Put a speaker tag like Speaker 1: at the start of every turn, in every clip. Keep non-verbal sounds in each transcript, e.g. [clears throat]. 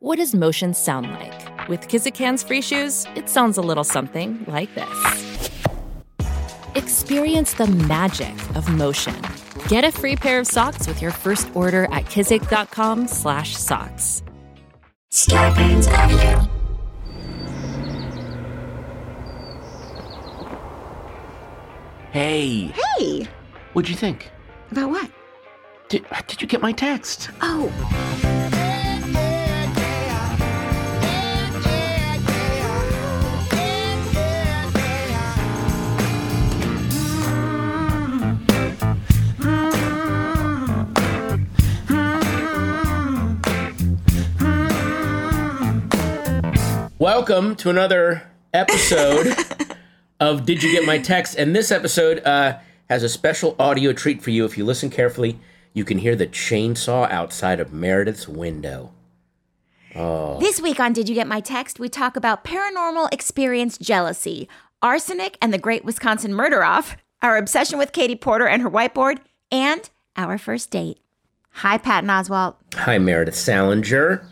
Speaker 1: What does motion sound like? With Kizikans free shoes, it sounds a little something like this. Experience the magic of motion. Get a free pair of socks with your first order at kizik.com/socks.
Speaker 2: Scorpions Avenue.
Speaker 3: Hey,
Speaker 2: Hey,
Speaker 3: what'd you think?
Speaker 2: about what?
Speaker 3: Did, uh, did you get my text?
Speaker 2: Oh,
Speaker 3: Welcome to another
Speaker 2: [laughs]
Speaker 3: episode of Did You Get My Text? And this episode uh, has a special audio treat for you. If you listen carefully, you can hear the chainsaw outside of Meredith's window.
Speaker 2: this week on Did You Get My Text, we talk about paranormal experience jealousy, arsenic and the Great Wisconsin Murder Off, our obsession with Katie Porter and her whiteboard, and our first date. Hi, Patton Oswalt.
Speaker 3: Hi, Meredith Salinger.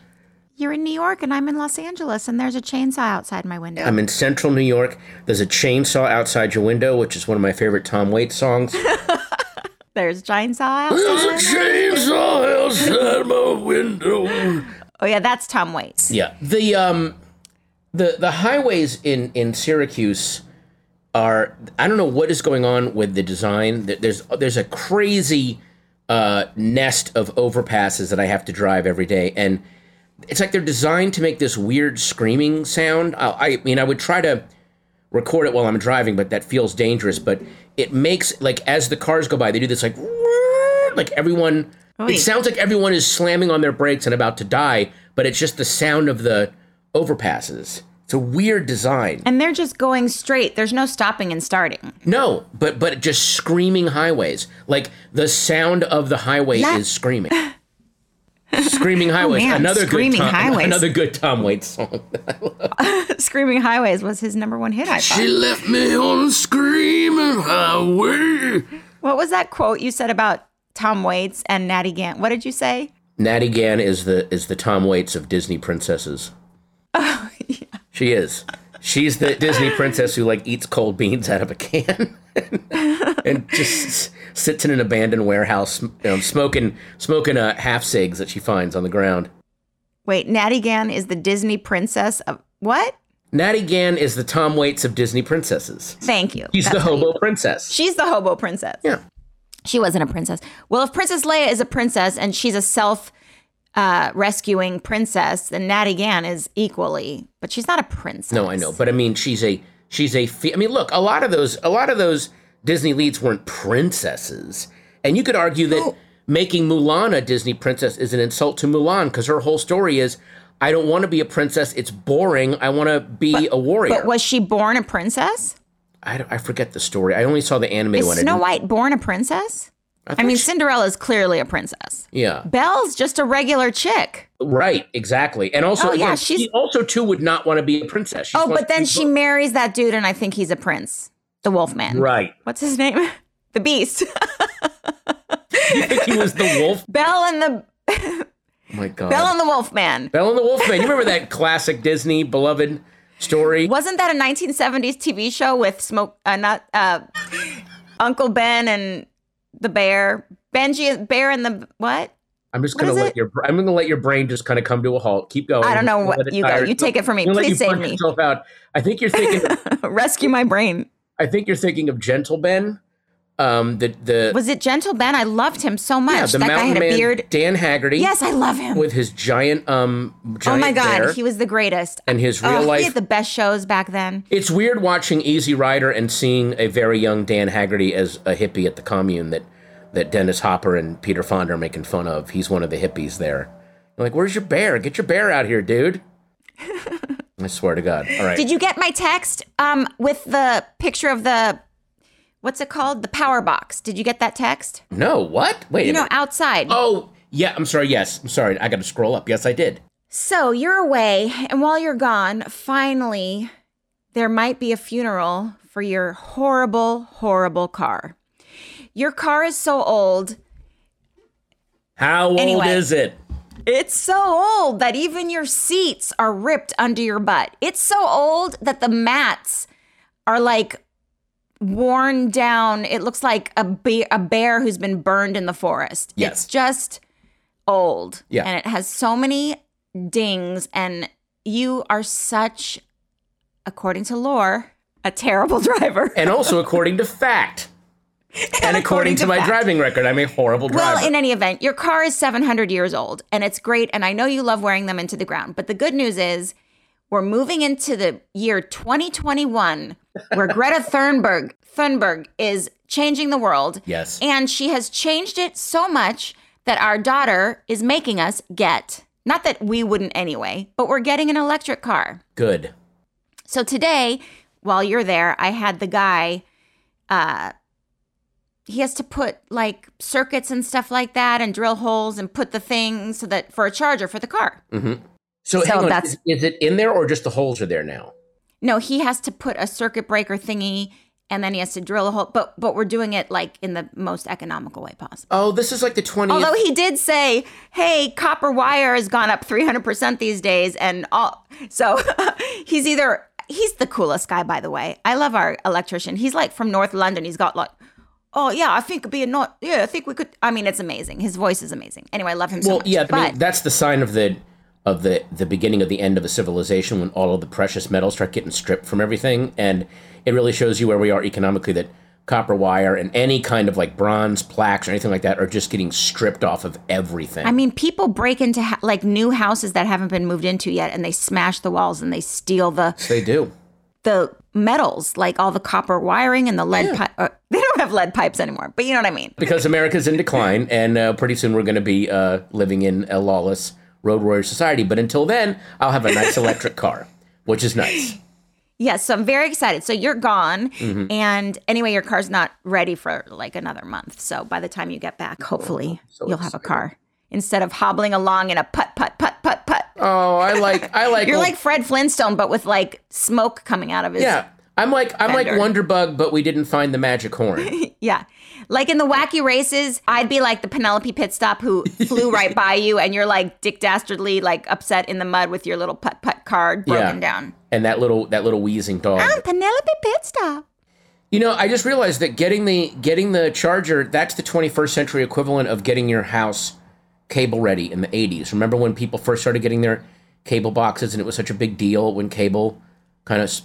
Speaker 2: You're in New York and I'm in Los Angeles, and there's a chainsaw outside my window.
Speaker 3: I'm in central New York. There's a chainsaw outside your window, which is one of my favorite Tom Waits
Speaker 2: [laughs]
Speaker 3: songs.
Speaker 2: there's a
Speaker 3: [gasps]
Speaker 2: chainsaw outside.
Speaker 3: chainsaw outside my window.
Speaker 2: oh, yeah, that's Tom Waits.
Speaker 3: Yeah. The um the the highways in in Syracuse are I don't know what is going on with the design. There- There's there's a crazy uh nest of overpasses that I have to drive every day and it's like they're designed to make this weird screaming sound. I, I mean, I would try to record it while I'm driving, but that feels dangerous. But it makes like as the cars go by, they do this like like everyone. It
Speaker 2: Wait.
Speaker 3: sounds like everyone is slamming on their brakes and about to die, but it's just the sound of the overpasses. It's a weird design.
Speaker 2: And they're just going straight. There's no stopping and starting. [laughs]
Speaker 3: No, but but just screaming highways. Like the sound of the highway
Speaker 2: La-
Speaker 3: is screaming. [laughs] Screaming highways.
Speaker 2: Oh, man,
Speaker 3: another
Speaker 2: Screaming
Speaker 3: good Tom,
Speaker 2: Highways.
Speaker 3: Another good Tom Waits song.
Speaker 2: Screaming Highways was his number one hit, I thought.
Speaker 3: left me on screaming highway.
Speaker 2: What was that quote you said about Tom Waits and Natty Gant? What did you say?
Speaker 3: Natty Gann is the is the Tom Waits of Disney princesses. [laughs] Oh yeah. She is. She's the Disney princess who like eats cold beans out of a can [laughs] and just s- sits in an abandoned warehouse um, smoking smoking uh, half cigs that she finds on the ground.
Speaker 2: Wait, Natty Gant is the Disney princess of what?
Speaker 3: Natty Gann is the Tom Waits of Disney princesses.
Speaker 2: Thank you.
Speaker 3: She's the
Speaker 2: That's-
Speaker 3: hobo princess.
Speaker 2: She's the hobo princess.
Speaker 3: Yeah.
Speaker 2: She wasn't a princess. Well, if Princess Leia is a princess and she's a self uh, rescuing princess, then Natty Gant is equally, but she's not a princess.
Speaker 3: No, I know, but I mean, she's a she's a. Fe- I mean, look, a lot of those a lot of those Disney leads weren't princesses, and you could argue that making Mulan a Disney princess is an insult to Mulan because her whole story is, I don't want to be a princess. It's boring. I want to be a warrior.
Speaker 2: But was she born a princess?
Speaker 3: I, don't- I forget the story. I only saw the anime
Speaker 2: Is
Speaker 3: one. I
Speaker 2: Snow
Speaker 3: didn't-
Speaker 2: White born a princess? I, mean, Cinderella's clearly a princess.
Speaker 3: yeah,
Speaker 2: Belle's just a regular chick.
Speaker 3: right, exactly. And also,
Speaker 2: Oh, yeah,
Speaker 3: again,
Speaker 2: she's-
Speaker 3: she also too would not want to be a princess. She
Speaker 2: Oh,
Speaker 3: wants
Speaker 2: but
Speaker 3: to
Speaker 2: then
Speaker 3: be
Speaker 2: she
Speaker 3: both.
Speaker 2: marries that dude, and I think he's a prince, the Wolfman.
Speaker 3: right.
Speaker 2: What's his name? [laughs] The Beast.
Speaker 3: You think he was the wolf?
Speaker 2: Belle and the
Speaker 3: Oh my God.
Speaker 2: Belle and the Wolfman.
Speaker 3: Bell and the Wolfman. You remember that classic Disney beloved story?
Speaker 2: Wasn't that a 1970s TV show with smoke? Uh, not uh, Uncle Ben and the bear. Benji, bear and the what? [laughs]
Speaker 3: I'm just
Speaker 2: What
Speaker 3: gonna
Speaker 2: is
Speaker 3: let
Speaker 2: it?
Speaker 3: your I'm gonna let your brain just kind of come to a halt. Keep going.
Speaker 2: I don't know
Speaker 3: Let
Speaker 2: what-
Speaker 3: it
Speaker 2: you go.
Speaker 3: tire
Speaker 2: You take it from me.
Speaker 3: I'm gonna let
Speaker 2: Please
Speaker 3: you
Speaker 2: save
Speaker 3: punch
Speaker 2: me.
Speaker 3: Yourself out. I think you're thinking.
Speaker 2: Rescue my brain.
Speaker 3: I think you're thinking of Gentle Ben. Um, the the
Speaker 2: Was it Gentle Ben? I loved him so much.
Speaker 3: yeah, the
Speaker 2: that guy
Speaker 3: mountain
Speaker 2: had a
Speaker 3: man
Speaker 2: beard.
Speaker 3: Dan Haggerty.
Speaker 2: Yes, I love him.
Speaker 3: with his giant um
Speaker 2: Oh
Speaker 3: giant
Speaker 2: my god,
Speaker 3: bear
Speaker 2: he was the greatest.
Speaker 3: and his real
Speaker 2: Oh, he
Speaker 3: life.
Speaker 2: had the best shows back then.
Speaker 3: it's weird watching Easy Rider and seeing a very young Dan Haggerty as a hippie at the commune that that Dennis Hopper and Peter Fonda are making fun of. He's one of the hippies there. You're like, where's your bear? Get your bear out here,
Speaker 2: [laughs]
Speaker 3: dude. I swear to God. All right.
Speaker 2: Did you get my text um with the picture of the what's it called? The power box. Did you get that text?
Speaker 3: no, what? Wait
Speaker 2: You
Speaker 3: a
Speaker 2: know,
Speaker 3: minute.
Speaker 2: outside.
Speaker 3: Oh, yeah, I'm sorry. Yes. I'm sorry. I got to scroll up. Yes, I did.
Speaker 2: So you're away, and while you're gone, finally, there might be a funeral for your horrible, horrible car. Your car is so old.
Speaker 3: How old
Speaker 2: Anyway.
Speaker 3: is it?
Speaker 2: It's so old that even your seats are ripped under your butt. It's so old that the mats are like worn down. It looks like a bear, a bear who's been burned in the forest.
Speaker 3: Yes.
Speaker 2: It's just old.
Speaker 3: Yeah.
Speaker 2: And it has so many dings and you are such according to lore a terrible [laughs] driver.
Speaker 3: and also according to
Speaker 2: [laughs]
Speaker 3: fact. And according,
Speaker 2: according
Speaker 3: to,
Speaker 2: to
Speaker 3: my
Speaker 2: fact.
Speaker 3: driving record, I'm a horrible driver.
Speaker 2: Well, in any event, your car is 700 years old and it's great. And I know you love wearing them into the ground. But the good news is we're moving into the
Speaker 3: [laughs]
Speaker 2: year 2021 where Greta Thunberg, Thunberg is changing the world.
Speaker 3: yes.
Speaker 2: And she has changed it so much that our daughter is making us get, not that we wouldn't anyway, but we're getting an electric car.
Speaker 3: Good.
Speaker 2: So today, while you're there, I had the guy. Uh, he has to put like circuits and stuff like that, and drill holes and put the thing so that for a charger for the car.
Speaker 3: So,
Speaker 2: So
Speaker 3: hang on.
Speaker 2: that's-
Speaker 3: Is, is it in there or just the holes are there now?
Speaker 2: No, he has to put a circuit breaker thingy, and then he has to drill a hole. But but we're doing it like in the most economical way possible.
Speaker 3: Oh, this is like the 20th.
Speaker 2: Although he did say, "Hey, copper wire has gone up 300% these days and all." So, [laughs] he's either he's the coolest guy by the way. I love our electrician. He's like from North London. He's got like Oh, yeah, I think it'd be a not Yeah, I think we could I mean, it's amazing. His voice is amazing. Anyway, I love him so
Speaker 3: well,
Speaker 2: much.
Speaker 3: yeah, I
Speaker 2: but
Speaker 3: mean, that's the sign of the of the the beginning of the end of a civilization when all of the precious metals start getting stripped from everything, and it really shows you where we are economically. That copper wire and any kind of like bronze plaques or anything like that are just getting stripped off of everything.
Speaker 2: I mean, people break into ha- like new houses that haven't been moved into yet and they smash the walls and they steal the
Speaker 3: they do.
Speaker 2: the metals, like all the copper wiring and the lead pipe. [laughs] They don't have lead pipes anymore, but you know what I mean.
Speaker 3: because America's in decline, and uh, pretty soon we're going to be uh, living in a lawless road warrior society. But until then, I'll have a nice electric car, which is nice.
Speaker 2: Yes, so I'm very excited. So you're gone,
Speaker 3: Mm-hmm.
Speaker 2: and anyway, your car's not ready for like another month. So by the time you get back,
Speaker 3: Oh,
Speaker 2: hopefully you'll have a car instead of hobbling along in a putt putt putt putt putt.
Speaker 3: Oh, I like I like
Speaker 2: you're like Fred Flintstone, but with like smoke coming out of his
Speaker 3: yeah. I'm like I'm like
Speaker 2: Fender.
Speaker 3: Wonderbug, but we didn't find the magic
Speaker 2: [laughs]
Speaker 3: horn.
Speaker 2: yeah. Like in the wacky races, I'd be like the Penelope pit
Speaker 3: [laughs]
Speaker 2: stop who flew right by you, and you're like Dick Dastardly, like upset in the mud with your little putt putt card broken
Speaker 3: Yeah.
Speaker 2: down.
Speaker 3: and that little that little wheezing dog.
Speaker 2: I'm Penelope pit stop.
Speaker 3: You know, I just realized that getting the getting the charger that's the 21st century equivalent of getting your house cable ready in the 80s. Remember when people first started getting their cable boxes and it was such a big deal when cable kind of s-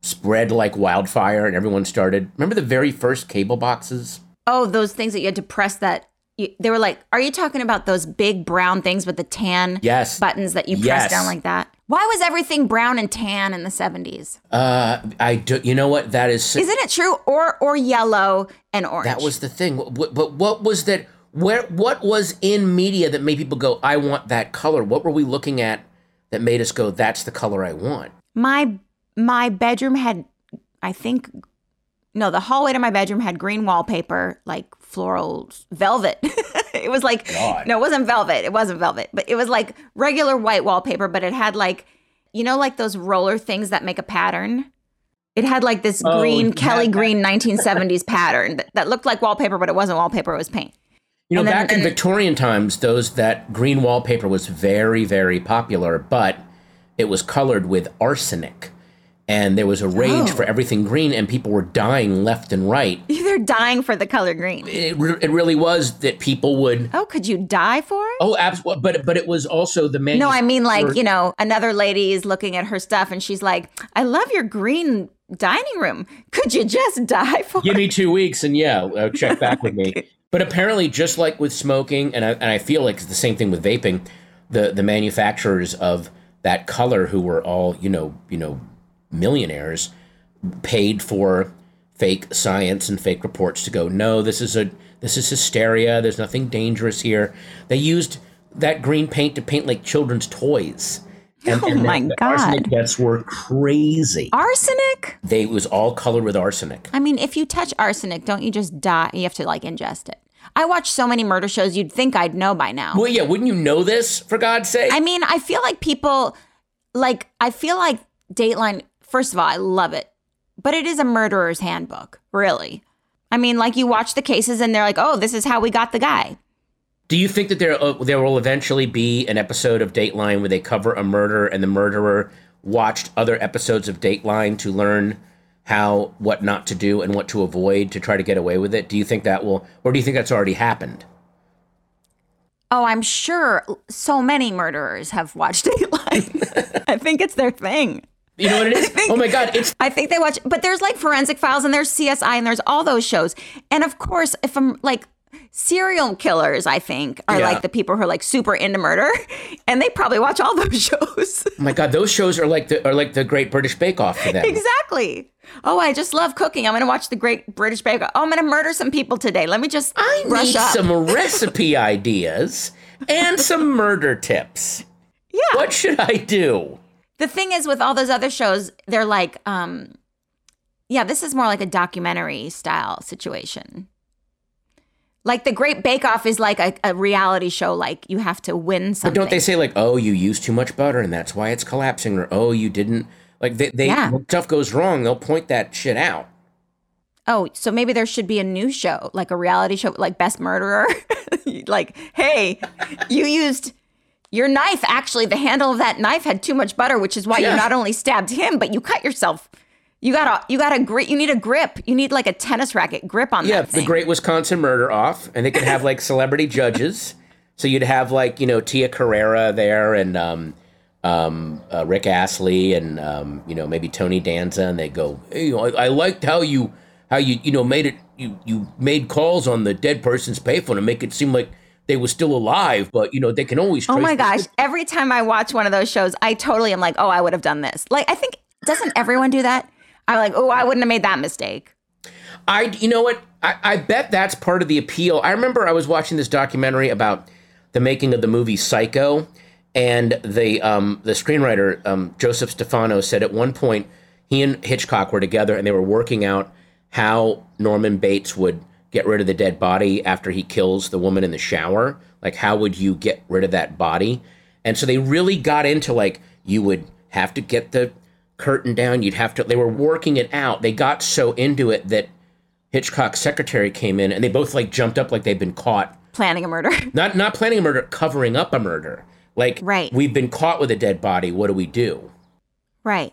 Speaker 3: spread like wildfire and everyone started. Remember the very first cable boxes?
Speaker 2: Oh, those things that you had to press that. You, they were like, are you talking about those big brown things with the tan
Speaker 3: Yes.
Speaker 2: buttons that you press
Speaker 3: Yes.
Speaker 2: down like that? Why was everything brown and tan in the 70s?
Speaker 3: Uh I do you know what that is so-
Speaker 2: Isn't it true? Or or yellow and orange?
Speaker 3: that was the thing. Wh- wh- But what was that where what was in media that made people go I want that color? What were we looking at that made us go that's the color I want?
Speaker 2: my my bedroom had i think no the hallway to my bedroom had green wallpaper like floral velvet [laughs] it was like
Speaker 3: God.
Speaker 2: no it wasn't velvet it wasn't velvet but it was like regular white wallpaper but it had like you know like those roller things that make a pattern it had like this
Speaker 3: Oh,
Speaker 2: green
Speaker 3: yeah.
Speaker 2: kelly green 1970s pattern that, that looked like wallpaper but it wasn't wallpaper it was paint [laughs]
Speaker 3: You know,
Speaker 2: And then-
Speaker 3: back in
Speaker 2: and-
Speaker 3: Victorian times, those that green wallpaper was very, very popular, but it was colored with arsenic, and there was a
Speaker 2: Oh.
Speaker 3: range for everything green, and people were dying left and right.
Speaker 2: they're dying for the color green
Speaker 3: It, re- it really was that people would.
Speaker 2: oh could you die for it
Speaker 3: Oh, absolutely! But but it was also the man.
Speaker 2: No, I mean like, you know, another lady is looking at her stuff and she's like, I love your green dining room. Could you just die for
Speaker 3: give me two weeks and yeah uh, check back with
Speaker 2: [laughs]
Speaker 3: me but apparently just like with smoking and I, and I feel like it's the same thing with vaping the the manufacturers of that color who were all you know you know millionaires paid for fake science and fake reports to go no this is a this is hysteria there's nothing dangerous here they used that green paint to paint like children's toys and,
Speaker 2: Oh my
Speaker 3: the
Speaker 2: God.
Speaker 3: arsenic deaths were crazy
Speaker 2: arsenic?
Speaker 3: they it was all colored with arsenic
Speaker 2: I mean, if you touch arsenic, don't you just die? You have to like ingest it. I watch so many murder shows, you'd think I'd know by now.
Speaker 3: Well, yeah, wouldn't you know this, for God's sake?
Speaker 2: I mean, I feel like people, like, I feel like Dateline, first of all, I love it, but it is a murderer's handbook, really. I mean, like, you watch the cases and they're like, oh, this is how we got the guy.
Speaker 3: Do you think that there uh, there will eventually be an episode of Dateline where they cover a murder and the murderer watched other episodes of Dateline to learn how what not to do and what to avoid to try to get away with it? Do you think that will, or do you think that's already happened?
Speaker 2: Oh, I'm sure so many murderers have watched [laughs] Dateline. I think it's their thing.
Speaker 3: You know what it
Speaker 2: [laughs]
Speaker 3: is? oh my God, it's
Speaker 2: I think they watch, but there's like Forensic Files and there's CSI and there's all those shows. And of course, if I'm like serial killers, I think are
Speaker 3: Yeah.
Speaker 2: like the people who are like super into murder, [laughs] and they probably watch all those
Speaker 3: [laughs]
Speaker 2: [laughs] shows.
Speaker 3: oh my God, those shows are like the are like the Great British Bake Off for them.
Speaker 2: exactly. Oh, I just love cooking. I'm going to watch the Great British Bake Off. Oh, I'm going to murder some people today. Let me just
Speaker 3: I
Speaker 2: brush
Speaker 3: need
Speaker 2: up.
Speaker 3: some recipe [laughs] ideas and some murder tips.
Speaker 2: Yeah.
Speaker 3: What should I do?
Speaker 2: the thing is with all those other shows they're like um yeah this is more like a documentary style situation like the great bake off is like a, a reality show like you have to win
Speaker 3: But
Speaker 2: something
Speaker 3: don't they say like, "Oh, you used too much butter and that's why it's collapsing," or "Oh, you didn't"? Like they, they
Speaker 2: Yeah.
Speaker 3: when stuff goes wrong, they'll point that shit out.
Speaker 2: oh so maybe there should be a new show like a reality show like best murderer [laughs] like hey you used your knife actually the handle of that knife had too much butter which is why
Speaker 3: Yeah.
Speaker 2: you not only stabbed him but you cut yourself you got to you got a grip you need a grip you need like a tennis racket grip on
Speaker 3: Yeah,
Speaker 2: that
Speaker 3: the
Speaker 2: thing.
Speaker 3: Great Wisconsin Murder Off, and they could have like celebrity
Speaker 2: [laughs]
Speaker 3: judges. So you'd have like you know Tia Carrera there, and um, um, uh, Rick Astley, and um, you know maybe Tony Danza, and they go, "Hey, I, I liked how you how you you know made it you you made calls on the dead person's payphone to make it seem like they were still alive, but you know they can always."
Speaker 2: Oh
Speaker 3: trace
Speaker 2: my
Speaker 3: this-
Speaker 2: gosh. Every time I watch one of those shows, I totally am like, oh, I would have done this. Like, I think, doesn't everyone do that? I'm like, oh, I wouldn't have made that mistake.
Speaker 3: I, you know what? I, I bet that's part of the appeal. I remember I was watching this documentary about the making of the movie Psycho, and the um, the screenwriter um, Joseph Stefano said at one point he and Hitchcock were together and they were working out how Norman Bates would get rid of the dead body after he kills the woman in the shower. Like, how would you get rid of that body? And so they really got into like you would have to get the curtain down. You'd have to. They were working it out. They got so into it that Hitchcock's secretary came in, and they both like jumped up like they've been caught.
Speaker 2: Planning a murder. [laughs]
Speaker 3: Not not planning a murder, covering up a murder. Like
Speaker 2: Right.
Speaker 3: we've been caught with a dead body. What do we do?
Speaker 2: right.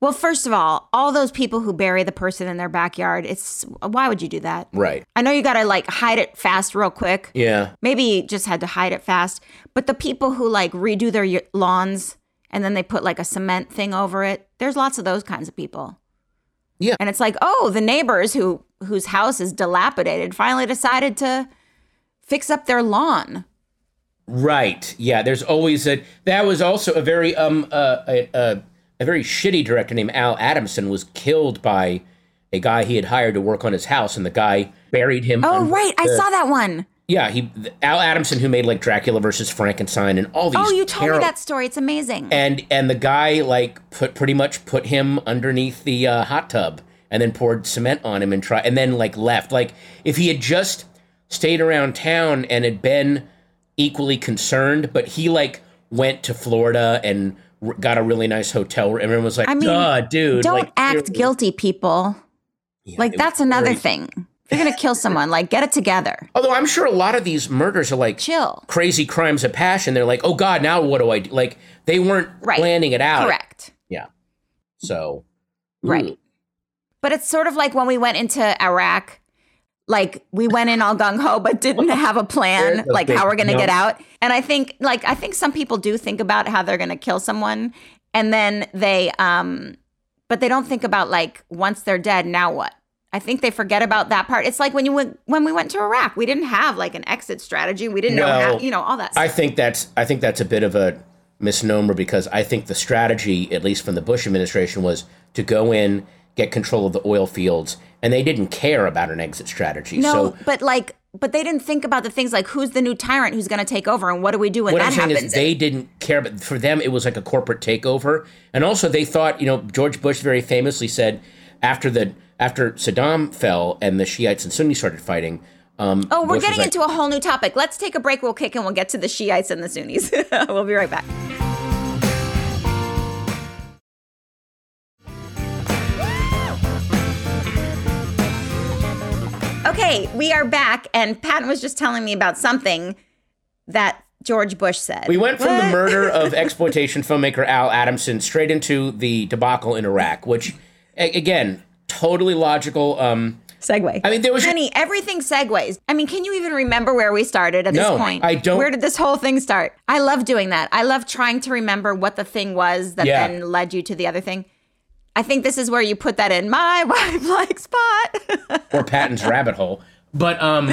Speaker 2: Well, first of all, all those people who bury the person in their backyard, it's why would you do that?
Speaker 3: Right.
Speaker 2: I know you got to like hide it fast, real quick.
Speaker 3: Yeah.
Speaker 2: Maybe you just had to hide it fast. But the people who like redo their y- lawns and then they put like a cement thing over it, there's lots of those kinds of people.
Speaker 3: Yeah.
Speaker 2: And it's like, oh, the neighbors who whose house is dilapidated finally decided to fix up their lawn.
Speaker 3: Right. Yeah. There's always a. That was also a very um uh, a, a a very shitty director named Al Adamson was killed by a guy he had hired to work on his house, and the guy buried him.
Speaker 2: Oh,
Speaker 3: under
Speaker 2: right. I
Speaker 3: the-
Speaker 2: saw that one.
Speaker 3: Yeah, he Al Adamson who made like Dracula versus Frankenstein and all these.
Speaker 2: Oh, you told me
Speaker 3: terrible-
Speaker 2: that story. It's amazing.
Speaker 3: And and the guy like put pretty much put him underneath the uh, hot tub and then poured cement on him and try and then like left. Like if he had just stayed around town and had been equally concerned, but he like went to Florida and r- got a really nice hotel room. Everyone was like,
Speaker 2: I mean,
Speaker 3: "Duh, dude!"
Speaker 2: Don't
Speaker 3: like,
Speaker 2: act
Speaker 3: you're-
Speaker 2: guilty, people.
Speaker 3: Yeah,
Speaker 2: like
Speaker 3: it
Speaker 2: that's
Speaker 3: was
Speaker 2: another
Speaker 3: very-
Speaker 2: thing. If you're gonna kill someone, like get it together.
Speaker 3: Although I'm sure a lot of these murders are like
Speaker 2: Chill.
Speaker 3: crazy crimes of passion. They're like, oh God, now what do I do? Like they weren't
Speaker 2: Right.
Speaker 3: planning it out.
Speaker 2: Correct.
Speaker 3: Yeah. So.
Speaker 2: Right.
Speaker 3: ooh.
Speaker 2: But it's sort of like when we went into Iraq, like we went in all gung ho,
Speaker 3: [laughs]
Speaker 2: but didn't have a plan,
Speaker 3: There's a
Speaker 2: like
Speaker 3: big
Speaker 2: how we're going to get
Speaker 3: jump.
Speaker 2: out. And I think, like, I think some people do think about how they're going to kill someone, and then they, um, but they don't think about like once they're dead, now what? I think they forget about that part. It's like when you went when we went to Iraq, we didn't have like an exit strategy. We didn't know how,
Speaker 3: No.
Speaker 2: you know, all that.
Speaker 3: I
Speaker 2: Stuff.
Speaker 3: think that's I think that's a bit of a misnomer because I think the strategy, at least from the Bush administration, was to go in, get control of the oil fields, and they didn't care about an exit strategy.
Speaker 2: no,
Speaker 3: so
Speaker 2: but like, but they didn't think about the things like who's the new tyrant who's going to take over and what do we do when
Speaker 3: what
Speaker 2: that
Speaker 3: I'm saying
Speaker 2: happens.
Speaker 3: is they didn't care, but for them it was like a corporate takeover, and also they thought you know George Bush very famously said after the after Saddam fell and the Shiites and Sunnis started fighting. Um,
Speaker 2: Oh, we're
Speaker 3: Bush was
Speaker 2: getting
Speaker 3: like,
Speaker 2: into a whole new topic. Let's take a break. We'll kick and we'll get to the Shiites and the Sunnis. [laughs] we'll be right back. Okay, we are back, and Patton was just telling me about something that George Bush said.
Speaker 3: We went from the murder of exploitation filmmaker Al Adamson straight into the debacle in Iraq, which, a- again, totally logical. Um,
Speaker 2: Segway.
Speaker 3: I mean, there was
Speaker 2: Honey, everything segues. I mean, can you even remember where we started at this
Speaker 3: No,
Speaker 2: point?
Speaker 3: I don't-
Speaker 2: Where did this whole thing start? I love doing that. I love trying to remember what the thing was that
Speaker 3: Yeah.
Speaker 2: then led you to the other thing. I think this is where you put that in my [laughs] wife like spot. [laughs]
Speaker 3: or Patton's rabbit hole. But um,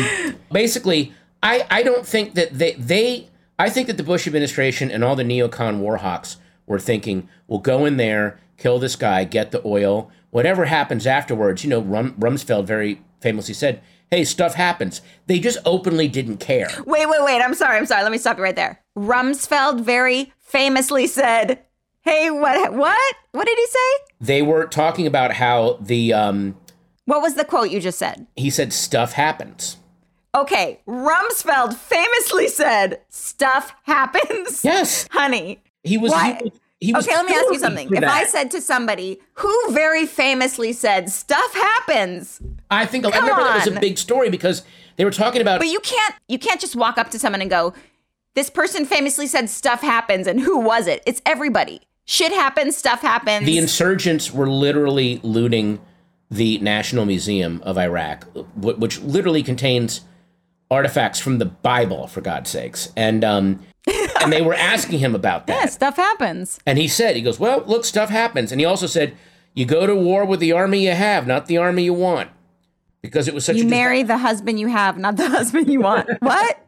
Speaker 3: basically, I, I don't think that they, they I think that the Bush administration and all the neocon warhawks were thinking, we'll go in there, kill this guy, get the oil. Whatever happens afterwards, you know, Rum, Rumsfeld very famously said, hey, stuff happens. They just openly didn't care.
Speaker 2: wait, wait, wait. I'm sorry. I'm sorry. Let me stop you right there. Rumsfeld very famously said, "Hey, what what? What did he say?
Speaker 3: They were talking about how the, um,
Speaker 2: What was the quote you just said?"
Speaker 3: he said, stuff happens.
Speaker 2: Okay, Rumsfeld famously said, "Stuff happens."
Speaker 3: Yes.
Speaker 2: [laughs] Honey,
Speaker 3: He was.
Speaker 2: Why?
Speaker 3: He, was- [laughs] he was
Speaker 2: okay, let me ask you
Speaker 3: totally
Speaker 2: something.
Speaker 3: for
Speaker 2: If I
Speaker 3: that.
Speaker 2: said to somebody who very famously said stuff happens,
Speaker 3: I think I remember that was a
Speaker 2: on.
Speaker 3: big story because they were talking about
Speaker 2: but you can't you can't just walk up to someone and go, "This person famously said stuff happens," and who was it? It's everybody. Shit happens, stuff happens.
Speaker 3: the insurgents were literally looting the National Museum of Iraq, wh- which literally contains artifacts from the Bible, for God's sakes. And um, and they were asking him about that,
Speaker 2: yeah, stuff happens.
Speaker 3: and he said, he goes, "Well, look, stuff happens." And he also said, "You go to war with the army you have, not the army you want." Because it was such
Speaker 2: You
Speaker 3: a dis-
Speaker 2: marry the husband you have, not the [laughs] husband you want. what?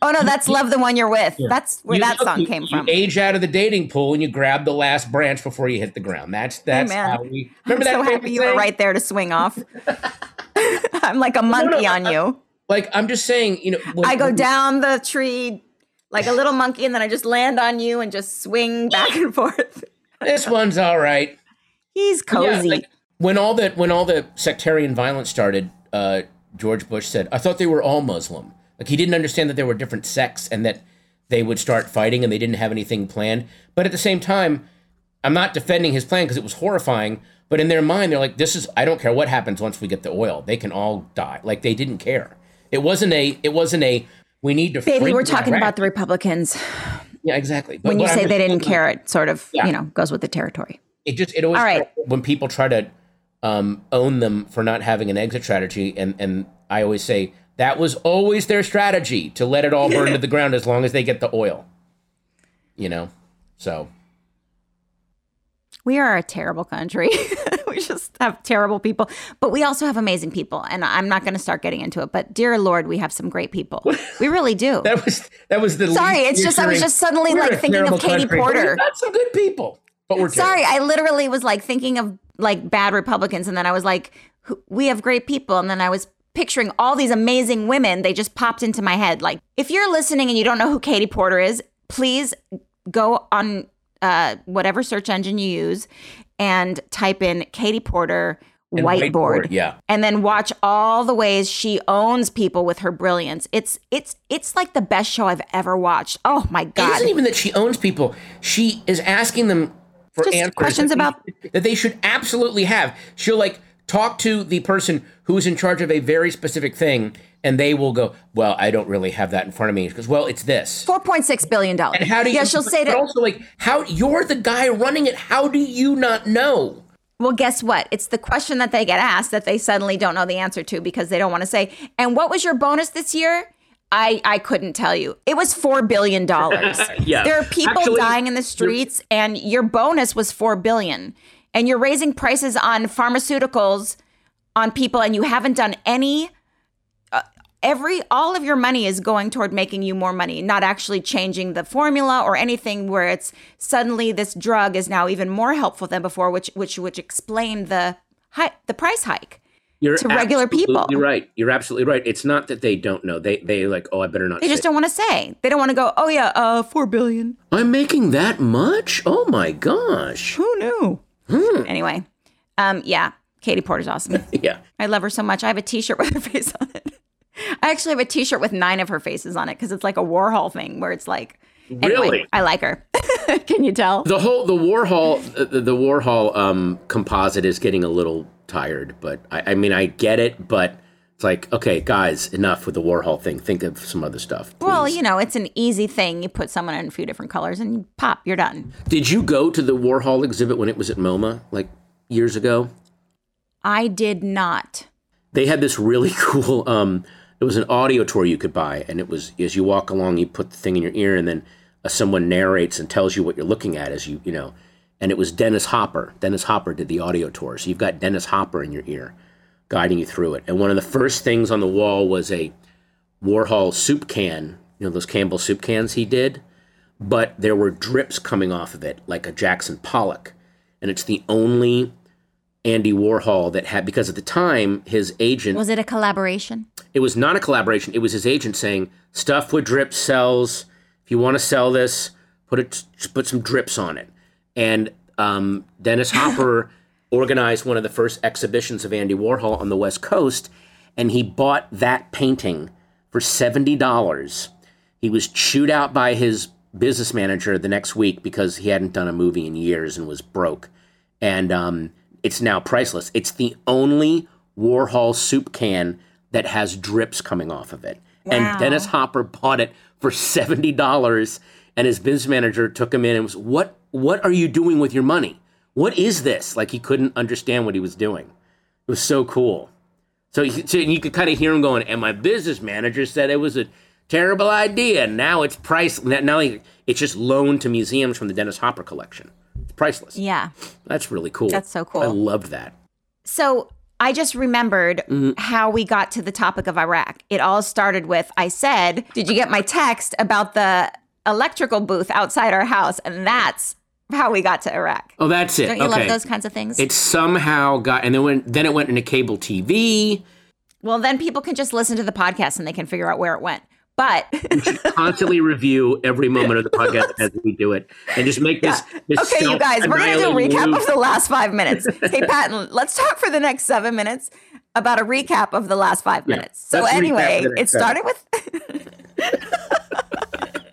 Speaker 2: Oh no, that's love the one you're with. That's where
Speaker 3: You
Speaker 2: that
Speaker 3: look,
Speaker 2: song
Speaker 3: you-
Speaker 2: came
Speaker 3: you
Speaker 2: from.
Speaker 3: age out of the dating pool and you grab the last branch before you hit the ground. That's that's
Speaker 2: Amen.
Speaker 3: how we
Speaker 2: I'm
Speaker 3: remember that.
Speaker 2: so
Speaker 3: famous
Speaker 2: happy you were
Speaker 3: saying?
Speaker 2: right there to
Speaker 3: [laughs]
Speaker 2: swing off. [laughs] I'm like a monkey on you.
Speaker 3: Like I'm just saying, you know, when-
Speaker 2: I go
Speaker 3: when-
Speaker 2: down the tree like a little monkey, and then I just land on you and just swing back and [laughs] forth.
Speaker 3: This one's all right.
Speaker 2: He's
Speaker 3: Yeah,
Speaker 2: cozy.
Speaker 3: like, when all the when all the sectarian violence started, uh, George Bush said, "I thought they were all Muslim." Like he didn't understand that there were different sects and that they would start fighting and they didn't have anything planned. But at the same time, I'm not defending his plan because it was horrifying. But in their mind, they're like, "This is I don't care what happens once we get the oil. They can all die." Like they didn't care. It wasn't a. It wasn't a. We need to.
Speaker 2: Baby,
Speaker 3: free
Speaker 2: we're talking
Speaker 3: Iraq."
Speaker 2: about the Republicans.
Speaker 3: yeah, exactly. But
Speaker 2: When you
Speaker 3: what
Speaker 2: say
Speaker 3: I'm-
Speaker 2: they didn't care, it sort of,
Speaker 3: Yeah.
Speaker 2: you know, goes with the territory.
Speaker 3: it just it always
Speaker 2: All right.
Speaker 3: when people try to um, own them for not having an exit strategy and and I always say that was always their strategy to let it all burn to the
Speaker 2: [laughs]
Speaker 3: ground as long as they get the oil you know so
Speaker 2: We are a terrible country. [laughs] we just have terrible people, but we also have amazing people. And I'm not going to start getting into it, but dear Lord, we have some
Speaker 3: [laughs]
Speaker 2: great people. We really do.
Speaker 3: that was that was the
Speaker 2: Sorry,
Speaker 3: least
Speaker 2: it's just- I was
Speaker 3: reassuring-
Speaker 2: just suddenly,
Speaker 3: We're
Speaker 2: like,
Speaker 3: a
Speaker 2: thinking of
Speaker 3: terrible
Speaker 2: Katie
Speaker 3: country, but
Speaker 2: Porter.
Speaker 3: we've got some good people but we're
Speaker 2: Sorry,
Speaker 3: terrible.
Speaker 2: I literally was like thinking of like bad Republicans, and then I was like, who- we have great people, and then I was picturing all these amazing women. They just popped into my head. Like, if you're listening and you don't know who Katie Porter is, please go on uh, whatever search engine you use and type in Katie Porter
Speaker 3: And
Speaker 2: whiteboard,
Speaker 3: yeah
Speaker 2: and then watch all the ways she owns people with her brilliance. It's it's it's like the best show I've ever watched. Oh my
Speaker 3: it
Speaker 2: god!
Speaker 3: isn't even that she owns people she is asking them for
Speaker 2: Just
Speaker 3: answers
Speaker 2: questions
Speaker 3: that they-
Speaker 2: about-
Speaker 3: that they should absolutely have she'll like talk to the person who's in charge of a very specific thing and they will go well i don't really have that in front of me because well it's this
Speaker 2: Four point six billion dollars.
Speaker 3: and how do you
Speaker 2: Yeah, she'll say
Speaker 3: but
Speaker 2: that.
Speaker 3: also like how you're the guy running it how do you not know
Speaker 2: Well, guess what? It's the question that they get asked that they suddenly don't know the answer to because they don't want to say, and what was your bonus this year? I, I couldn't tell you. It was four billion dollars.
Speaker 3: [laughs] Yeah.
Speaker 2: There are people
Speaker 3: Actually,
Speaker 2: dying in the streets and your bonus was four billion. And you're raising prices on pharmaceuticals on people and you haven't done any uh, every all of your money is going toward making you more money not actually changing the formula or anything where it's suddenly this drug is now even more helpful than before which which which explain the hi- the price hike
Speaker 3: you're
Speaker 2: to regular people.
Speaker 3: absolutely right you're absolutely right it's not that they don't know they they like oh i better not
Speaker 2: they just don't want to say they don't want to go oh yeah uh 4 billion
Speaker 3: i'm making that much oh my gosh
Speaker 2: who knew anyway um yeah Katie Porter's awesome
Speaker 3: yeah
Speaker 2: I love her so much. I have a T-shirt with her [laughs] face on it. I actually have a T-shirt with nine of her faces on it because it's like a Warhol thing where it's like, anyway,
Speaker 3: Really?
Speaker 2: I like her. [laughs] Can you tell?
Speaker 3: The whole the Warhol the, the Warhol um, composite is getting a little tired, but I, I mean I get it, but It's like, okay, guys, enough with the Warhol thing. Think of some other stuff. please.
Speaker 2: Well, you know, it's an easy thing. You put someone in a few different colors and pop, you're done.
Speaker 3: Did you go to the Warhol exhibit when it was at MoMA like years ago?
Speaker 2: I did not.
Speaker 3: They had this really [laughs] cool um it was an audio tour you could buy and it was as you walk along you put the thing in your ear and then uh, someone narrates and tells you what you're looking at as you you know and it was Dennis Hopper. Dennis Hopper did the audio tour. So you've got Dennis Hopper in your ear guiding you through it. And one of the first things on the wall was a Warhol soup can, you know those Campbell soup cans he did but there were drips coming off of it, like a Jackson Pollock. And it's the only Andy Warhol that had, because at the time, his agent,
Speaker 2: Was it a collaboration?
Speaker 3: it was not a collaboration. It was his agent saying, stuff with drip sells. If you want to sell this, put it, just put some drips on it. And um, Dennis Hopper organized one of the first exhibitions of Andy Warhol on the West Coast, and he bought that painting for seventy dollars. He was chewed out by his business manager the next week because he hadn't done a movie in years and was broke. And um, it's now priceless. It's the only Warhol soup can that has drips coming off of it. And Dennis Hopper bought it for seventy dollars, and his business manager took him in and was, "What? What are you doing with your money? What is this?" Like he couldn't understand what he was doing. It was so cool. So, you- so you could kind of hear him going, and my business manager said it was a terrible idea. and Now it's price. Now now it's just loaned to museums from the Dennis Hopper collection. It's priceless.
Speaker 2: Yeah.
Speaker 3: That's really cool.
Speaker 2: That's so cool.
Speaker 3: I love that.
Speaker 2: So I just remembered how we got to the topic of Iraq. It all started with I said, Did you get my text about the electrical booth outside our house? And that's how we got to Iraq.
Speaker 3: Oh, that's it.
Speaker 2: Don't you
Speaker 3: okay.
Speaker 2: love those kinds of things?
Speaker 3: it somehow got, and then went, then it went into cable TV.
Speaker 2: well, then people can just listen to the podcast and they can figure out where it went. But [laughs]
Speaker 3: Constantly review every moment of the podcast as we do it, and just make this. this
Speaker 2: okay, you guys, we're going to do a
Speaker 3: self-annihilating
Speaker 2: recap
Speaker 3: loop.
Speaker 2: of the last five minutes.
Speaker 3: [laughs]
Speaker 2: hey, Patton, let's talk for the next seven minutes about a recap of the last five
Speaker 3: Yeah,
Speaker 2: minutes. So,
Speaker 3: let's recap
Speaker 2: anyway,
Speaker 3: the next
Speaker 2: it started with.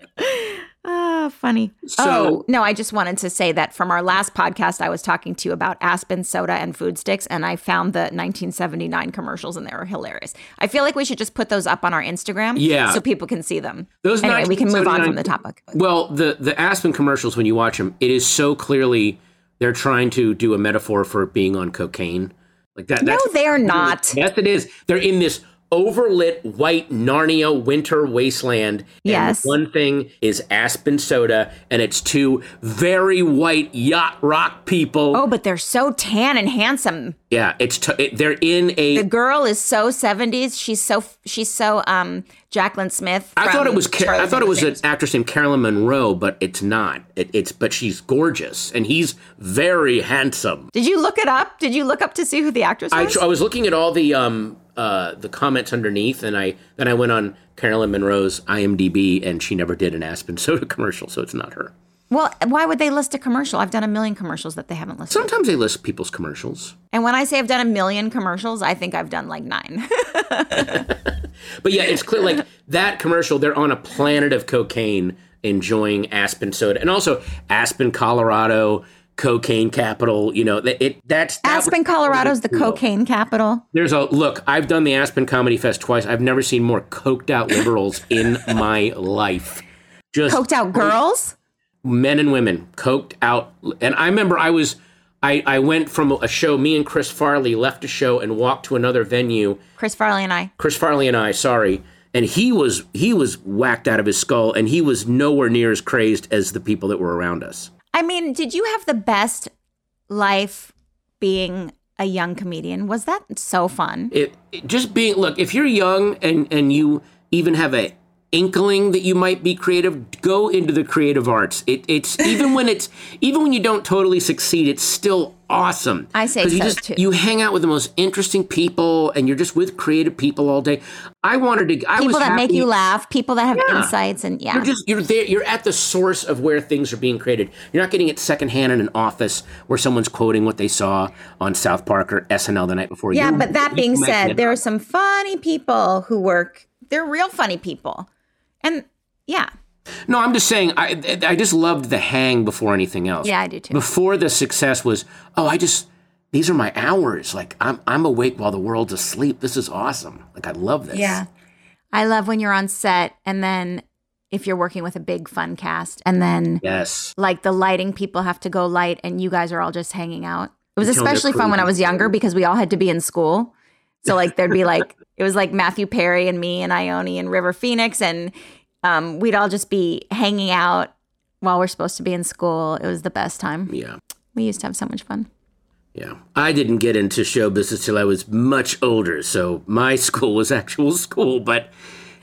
Speaker 2: [laughs] Ah, funny.
Speaker 3: So-
Speaker 2: oh, no, I just wanted to say that from our last podcast, I was talking to you about Aspen soda and food sticks, and I found the 1979 commercials, and they were hilarious. I feel like we should just put those up on our Instagram
Speaker 3: Yeah.
Speaker 2: so people can see them.
Speaker 3: Those
Speaker 2: anyway, we can move on
Speaker 3: 1979
Speaker 2: from the topic.
Speaker 3: Well, the the Aspen commercials when you watch them, it is so clearly they're trying to do a metaphor for being on cocaine. Like that.
Speaker 2: No,
Speaker 3: that's,
Speaker 2: they are not.
Speaker 3: Yes, it is. They're in this overlit white Narnia winter wasteland. and
Speaker 2: Yes.
Speaker 3: One thing is Aspen soda, and it's two very white yacht rock people.
Speaker 2: Oh, but they're so tan and handsome.
Speaker 3: Yeah, it's t- it, they're in a.
Speaker 2: The girl is so 70s. She's so she's so um Jacqueline Smith.
Speaker 3: I thought it was Ca-
Speaker 2: Charlie
Speaker 3: I thought it was an actress named Carolyn Monroe, but it's not. It, it's but she's gorgeous and he's very handsome.
Speaker 2: Did you look it up? Did you look up to see who the actress
Speaker 3: I,
Speaker 2: was?
Speaker 3: tr- I was looking at all the um uh the comments underneath, and I then I went on Carolyn Monroe's IMDb, and she never did an Aspen [laughs] soda commercial, so it's not her.
Speaker 2: well, why would they list a commercial? I've done a million commercials that they haven't listed.
Speaker 3: Sometimes they list people's commercials,
Speaker 2: and when I say I've done a million commercials, I think I've done like 9.
Speaker 3: but yeah, it's clear
Speaker 2: [laughs]
Speaker 3: like that commercial. They're on a planet of cocaine, enjoying Aspen soda, and also Aspen, Colorado, cocaine capital. You know, that it that's [laughs] that was-
Speaker 2: Aspen, Colorado's the cocaine capital.
Speaker 3: There's a look. I've done the Aspen Comedy Fest twice. I've never seen more coked out liberals
Speaker 2: [laughs]
Speaker 3: in my life. Just
Speaker 2: Coked out girls?
Speaker 3: men and women coked out and i remember i was i i went from a show me and chris farley left a show and walked to another venue
Speaker 2: Chris Farley and I.
Speaker 3: chris farley and i sorry and he was he was whacked out of his skull and he was nowhere near as crazed as the people that were around us
Speaker 2: I mean, did you have the best life being a young comedian? Was that so fun?
Speaker 3: it, it- just being look if you're young and and you even have a inkling that you might be creative go into the creative arts it,
Speaker 2: [laughs]
Speaker 3: it's even when it's even when you don't totally succeed it's still awesome
Speaker 2: I say
Speaker 3: 'Cause you
Speaker 2: so,
Speaker 3: just
Speaker 2: too.
Speaker 3: you hang out with the most interesting people and you're just with creative people all day i wanted to i was
Speaker 2: people that make
Speaker 3: happy-
Speaker 2: you laugh, people that have insights, and yeah.
Speaker 3: you're just you're there. You're at the source of where things are being created. You're not getting it secondhand in an office where someone's quoting what they saw on South Park or SNL the night before.
Speaker 2: yeah,
Speaker 3: You're-
Speaker 2: but that
Speaker 3: you
Speaker 2: being
Speaker 3: might
Speaker 2: said,
Speaker 3: get-
Speaker 2: there are some funny people who work. They're real funny people, and yeah,
Speaker 3: No, I'm just saying. I I just loved the hang before anything else.
Speaker 2: yeah, I do too.
Speaker 3: Before the success was, oh, I just
Speaker 4: these are my hours. Like I'm I'm awake while the world's asleep. This is awesome. Like I love this.
Speaker 2: Yeah. I love when you're on set and then if you're working with a big fun cast and then
Speaker 4: Yes.
Speaker 2: like the lighting people have to go light and you guys are all just hanging out. It was
Speaker 4: Until they're
Speaker 2: especially fun when I was
Speaker 4: proven.
Speaker 2: younger because we all had to be in school. So like there'd be
Speaker 4: [laughs]
Speaker 2: like it was like Matthew Perry and me and Ione and River Phoenix and um, we'd all just be hanging out while we're supposed to be in school. It was the best time.
Speaker 4: Yeah.
Speaker 2: We used to have so much fun.
Speaker 4: Yeah. I didn't get into show business till I was much older, so my [laughs] school was actual school, but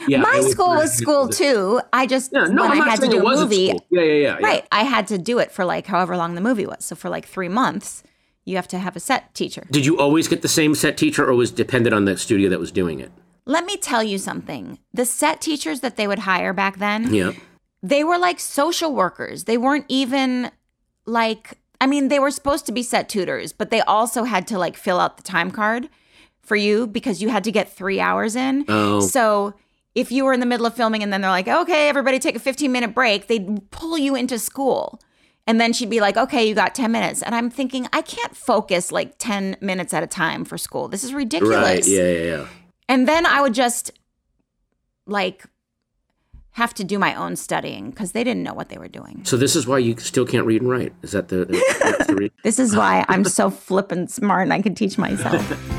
Speaker 4: yeah. I
Speaker 2: My
Speaker 4: was-
Speaker 2: school was school too. I just
Speaker 4: Yeah, no, I'm
Speaker 2: when I
Speaker 4: not
Speaker 2: had to
Speaker 4: saying
Speaker 2: do
Speaker 4: it
Speaker 2: a
Speaker 4: wasn't
Speaker 2: movie,
Speaker 4: school. Yeah, yeah, yeah. yeah.
Speaker 2: right? I had to do it for like however long the movie was. So for like three months, you have to have a set teacher.
Speaker 4: Did you always get the same set teacher or was it dependent on the studio that was doing it?
Speaker 2: Let me tell you something. The set teachers that they would hire back then,
Speaker 4: Yeah.
Speaker 2: they were like social workers. They weren't even like I mean, they were supposed to be set tutors, but they also had to like fill out the time card for you because you had to get 3 hours in.
Speaker 4: Oh.
Speaker 2: So if you were in the middle of filming and then they're like, okay, everybody take a 15 minute break, they'd pull you into school. And then she'd be like, okay, you got 10 minutes. And I'm thinking, I can't focus like 10 minutes at a time for school. This is ridiculous.
Speaker 4: Right. Yeah, yeah, yeah.
Speaker 2: And then I would just like have to do my own studying because they didn't know what they were doing.
Speaker 4: So this is why you still can't read and write. Is that the, that's the re-
Speaker 2: This is why I'm so flippin' smart and I can teach myself.
Speaker 3: [laughs]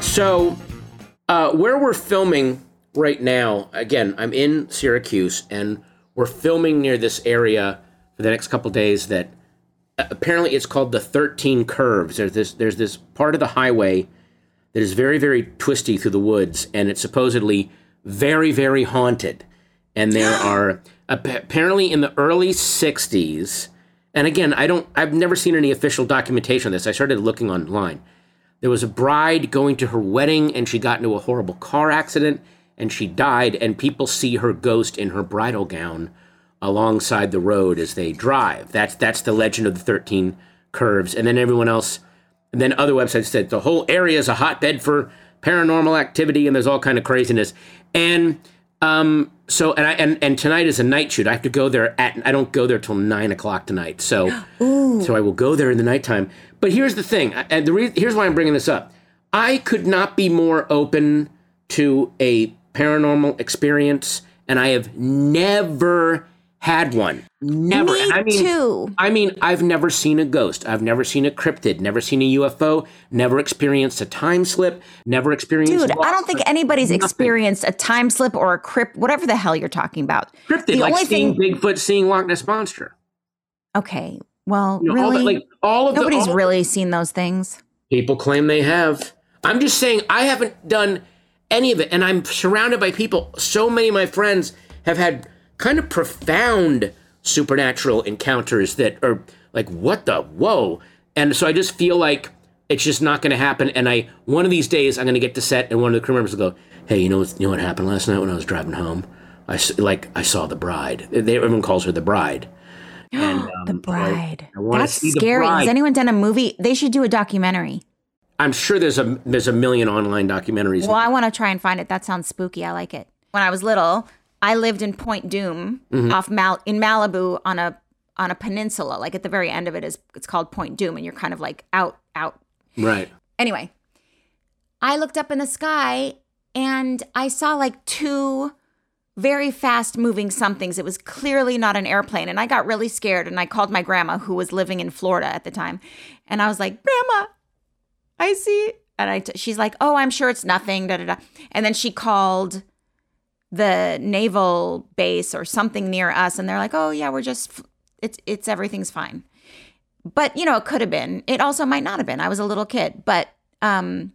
Speaker 3: So, uh, where we're filming right now, again, I'm in Syracuse, and we're filming near this area for the next couple days. That uh, apparently it's called the 13 Curves. There's this there's this part of the highway that is very very twisty through the woods, and it's supposedly very very haunted. And there are ap- apparently in the early 60s. And again, I don't I've never seen any official documentation of this. I started looking online. There was a bride going to her wedding and she got into a horrible car accident and she died, and people see her ghost in her bridal gown alongside the road as they drive. That's that's the legend of the 13 curves. And then everyone else and then other websites said the whole area is a hotbed for paranormal activity and there's all kind of craziness. And um so and I and, and tonight is a night shoot. I have to go there at I don't go there till nine o'clock tonight. So
Speaker 2: [gasps]
Speaker 3: so I will go there in the nighttime. But here's the thing, I- and the re- here's why I'm bringing this up. I could not be more open to a paranormal experience, and I have never had one. Never.
Speaker 2: Me
Speaker 3: And I mean,
Speaker 2: too.
Speaker 3: I mean, I've never seen a ghost. I've never seen a cryptid. Never seen a UFO. Never experienced a time slip. Never experienced.
Speaker 2: Dude, I
Speaker 3: loss
Speaker 2: don't think anybody's experienced a time slip or a crypt, whatever the hell you're talking about.
Speaker 3: cryptid.
Speaker 2: the
Speaker 3: like
Speaker 2: only
Speaker 3: seeing
Speaker 2: thing-
Speaker 3: Bigfoot, seeing Loch Ness monster.
Speaker 2: Okay, well,
Speaker 3: You know, all
Speaker 2: really?
Speaker 3: the- like all of the-
Speaker 2: Nobody's
Speaker 3: all-
Speaker 2: really seen those things.
Speaker 3: People claim they have. I'm just saying I haven't done any of it, and I'm surrounded by people. So many of my friends have had kind of profound supernatural encounters that are like, what the whoa? And so I just feel like it's just not going to happen. And I one of these days I'm going to get to set, and one of the crew members will go, "Hey, you know what? You know what happened last night when I was driving home? I s- like I saw the bride. They, everyone calls her the bride. And,
Speaker 2: [gasps] the
Speaker 3: um,
Speaker 2: bride.
Speaker 3: I wanna
Speaker 2: That's
Speaker 3: see the
Speaker 2: scary. Has
Speaker 3: bride.
Speaker 2: anyone done a movie? They should do a documentary.
Speaker 3: I'm sure there's a there's a million online documentaries.
Speaker 2: Well, I want to try and find it. That sounds spooky. I like it. When I was little, I lived in Point Doom off Mal in Malibu on a on a peninsula. Like at the very end of it is it's called Point Doom, and you're kind of like out out.
Speaker 3: Right.
Speaker 2: Anyway, I looked up in the sky and I saw like two very fast moving somethings. It was clearly not an airplane. And I got really scared and I called my grandma, who was living in Florida at the time. And I was like, Grandma, I see. And I t- she's like, Oh, I'm sure it's nothing. Da, da, da. And then she called the naval base or something near us. And they're like, Oh, yeah, we're just, f- it's, it's everything's fine. But, you know, it could have been. It also might not have been. I was a little kid. But, um,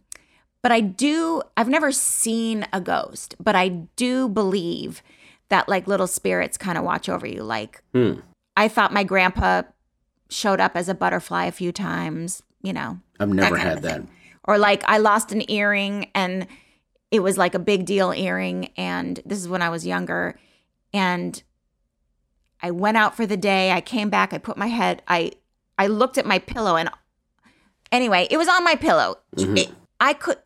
Speaker 2: but I do, I've never seen a ghost, but I do believe that like little spirits kind of watch over you. Like,
Speaker 3: Hmm.
Speaker 2: I thought my grandpa showed up as a butterfly a few times, you know,
Speaker 3: I've never
Speaker 2: kind
Speaker 3: had
Speaker 2: of
Speaker 3: that.
Speaker 2: or like I lost an earring and it was like a big deal earring. And this is when I was younger. And I went out for the day. I came back. I put my head, I, I looked at my pillow and
Speaker 4: Mm-hmm.
Speaker 2: anyway, it was on my pillow. It- I could,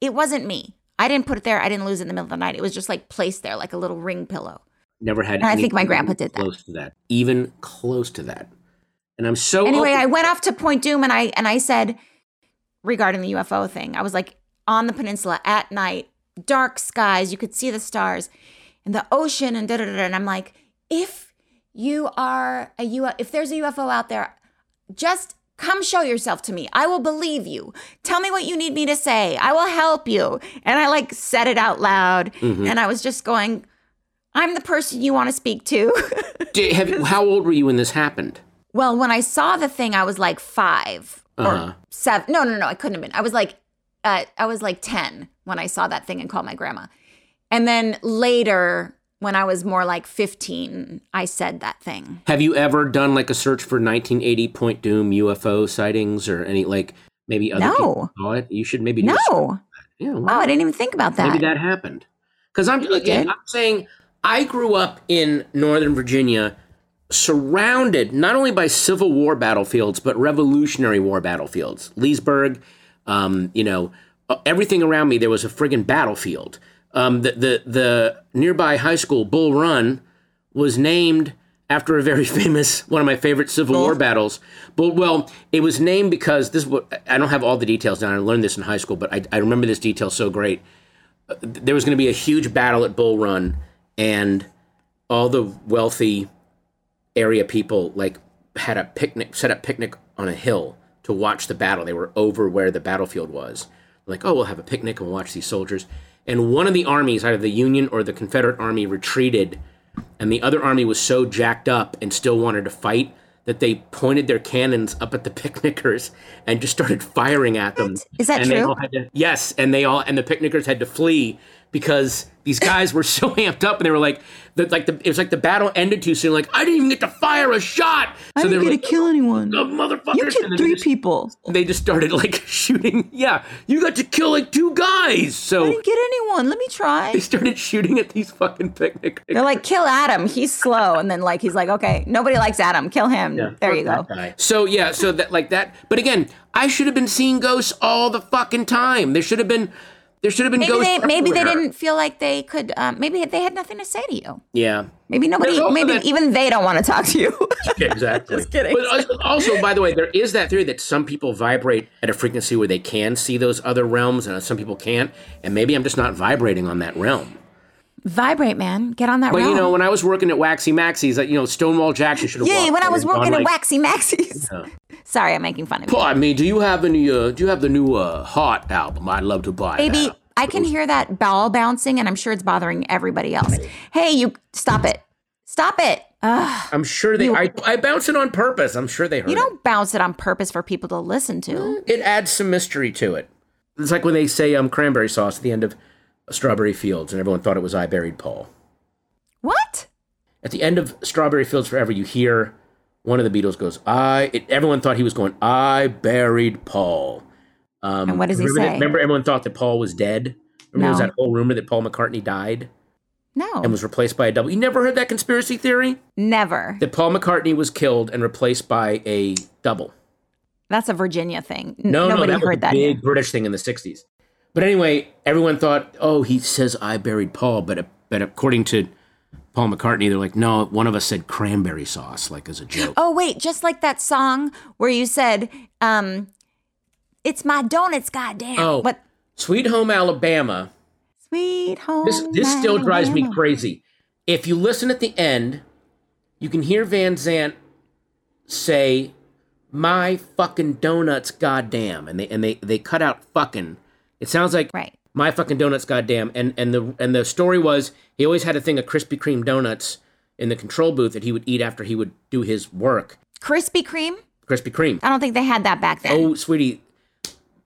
Speaker 2: it wasn't me. I didn't put it there. I didn't lose it in the middle of the night. It was just like placed there, like a little ring pillow.
Speaker 4: Never had.
Speaker 2: And I think
Speaker 4: anything
Speaker 2: my grandpa did that.
Speaker 4: Close to that, even close to that. And I'm so
Speaker 2: Anyway,
Speaker 4: open-
Speaker 2: I went off to Point Doom and I and I said regarding the UFO thing, I was like on the peninsula at night, dark skies, you could see the stars and the ocean and da da da. da. And I'm like, if you are a UFO, if there's a UFO out there, just come show yourself to me. I will believe you. Tell me what you need me to say. I will help you. And I like said it out loud,
Speaker 4: Mm-hmm.
Speaker 2: and I was just going. I'm the person you want to speak to. [laughs]
Speaker 4: [laughs] Did- have- how old were you when this happened?
Speaker 2: Well, when I saw the thing, I was like five
Speaker 4: Uh-huh.
Speaker 2: or seven. No, no, no, I couldn't have been. I was like, uh, I was like ten when I saw that thing and called my grandma. And then later, when I was more like fifteen, I said that thing.
Speaker 4: Have you ever done like a search for 1980 Point Doom UFO sightings or any like maybe other
Speaker 2: No.
Speaker 4: people saw it? You should maybe do
Speaker 2: No,
Speaker 4: a search.
Speaker 2: oh,
Speaker 4: Yeah, wow.
Speaker 2: I didn't even think about that.
Speaker 4: maybe that happened. Because I'm again,
Speaker 2: did.
Speaker 4: I'm saying
Speaker 3: I grew up in Northern Virginia,
Speaker 4: surrounded not only by Civil War battlefields but Revolutionary War battlefields, Leesburg. Um, you know, uh, everything around me there was a friggin' battlefield. Um, the, the the nearby high school Bull Run was named after a very [laughs] famous one of my favorite Civil War battles. But well, it was named because this. is what- I don't have all the details down. I learned this in high school, but I, I remember this detail so great there was going to be a huge battle at Bull Run, and all the wealthy area people like had a picnic, set up picnic on a hill to watch the battle. They were over where the battlefield was. Like, oh, we'll have a picnic and we'll watch these soldiers. And one of the armies, either the Union or the Confederate Army, retreated, and the other army was so jacked up and still wanted to fight that they pointed their cannons up at the [laughs] picnickers and just started firing at them.
Speaker 2: Is that
Speaker 4: and They
Speaker 2: true?
Speaker 4: all had to, yes, and they all and the picnickers had to flee because these guys were so [laughs] amped up and they were like, the, like the it was like the battle ended too soon. Like I didn't even get to fire a shot.
Speaker 5: I
Speaker 4: so they
Speaker 5: didn't
Speaker 4: were
Speaker 5: get
Speaker 4: like,
Speaker 5: to kill anyone.
Speaker 4: "Oh, motherfuckers.
Speaker 5: You
Speaker 4: And
Speaker 5: killed
Speaker 4: then
Speaker 5: three
Speaker 4: they just,
Speaker 5: people.
Speaker 4: They just started like [laughs] shooting. Yeah, you got to kill like two guys.
Speaker 5: I
Speaker 4: So
Speaker 5: didn't get anyone. Let me try.
Speaker 4: they started shooting at these fucking picnickers.
Speaker 2: They're like, kill Adam. He's slow. And then like, he's like, okay, nobody likes Adam. Kill him. there you go.
Speaker 4: So yeah, so that like that. But again, I should have been seeing ghosts all the fucking time. There should have been, there should have been
Speaker 2: Maybe
Speaker 4: ghosts.
Speaker 2: they maybe they
Speaker 4: everywhere.
Speaker 2: didn't feel like they could. Um, maybe they had nothing to say to you.
Speaker 4: Yeah,
Speaker 2: Maybe nobody.
Speaker 4: There's also
Speaker 2: Maybe
Speaker 4: that-
Speaker 2: even they don't want to talk to you.
Speaker 4: exactly.
Speaker 2: Just kidding.
Speaker 4: But also- also, by the way, there is that theory that some people vibrate at a frequency where they can see those other realms, and some people can't. And maybe I'm just not vibrating on that realm.
Speaker 2: [laughs] Vibrate, man. Get on that.
Speaker 4: But you
Speaker 2: realm.
Speaker 4: know, when I was working at Waxy Maxy's, like, you know, Stonewall Jackson should have.
Speaker 2: Yeah,
Speaker 4: walked
Speaker 2: when I
Speaker 4: in
Speaker 2: was
Speaker 4: and gone
Speaker 2: working at
Speaker 4: like,
Speaker 2: Waxy Maxies. [laughs] Sorry, I'm making fun of you.
Speaker 4: "Boy, I mean, do you have any? Uh, do you have the new uh, Heart album? I'd love to buy.
Speaker 2: Baby,
Speaker 4: that."
Speaker 2: I can hear that bowel bouncing, and I'm sure it's bothering everybody else. Hey, you stop it. Stop it. Ugh,
Speaker 3: I'm sure they. I, I bounce it on purpose. I'm sure they heard
Speaker 2: you don't bounce it on purpose for people to listen to.
Speaker 3: it. It adds some mystery to it. It's like when they say um, cranberry sauce at the end of Strawberry Fields, and everyone thought it was I buried Paul.
Speaker 2: What?
Speaker 3: At the end of Strawberry Fields Forever, you hear one of the Beatles goes, "I." It, everyone thought he was going, "I buried Paul." Um,
Speaker 2: And what does he
Speaker 3: remember that-
Speaker 2: say?
Speaker 3: remember, everyone thought that Paul was dead. Remember, there was
Speaker 2: No. Oh.
Speaker 3: that whole rumor that Paul McCartney died
Speaker 2: No,
Speaker 3: and was replaced by a double. You never heard that conspiracy theory
Speaker 2: never.
Speaker 3: that Paul McCartney was killed and replaced by a double.
Speaker 2: That's a Virginia thing. N-
Speaker 3: No,
Speaker 2: nobody
Speaker 3: no, that
Speaker 2: heard
Speaker 3: was a
Speaker 2: that.
Speaker 3: big British thing in the '60s. But anyway, everyone thought, "Oh, he says I buried Paul," but but according to Paul McCartney, they're like, "No, one of us said cranberry sauce," like as a joke.
Speaker 2: Oh wait, just like that song where you said, um, "It's my donuts, goddamn."
Speaker 3: Oh.
Speaker 2: What?
Speaker 3: Sweet Home Alabama.
Speaker 2: Sweet home.
Speaker 3: This this still drives me
Speaker 2: Alabama.
Speaker 3: crazy. If you listen at the end, you can hear Van Zant say, "My fucking donuts, goddamn," and they and they they cut out fucking. It sounds like
Speaker 2: Right.
Speaker 3: my fucking donuts, goddamn. And and the and the story was he always had a thing of Krispy Kreme donuts in the control booth that he would eat after he would do his work.
Speaker 2: Krispy Kreme.
Speaker 3: Krispy Kreme.
Speaker 2: I don't think they had that back then.
Speaker 3: Oh, sweetie,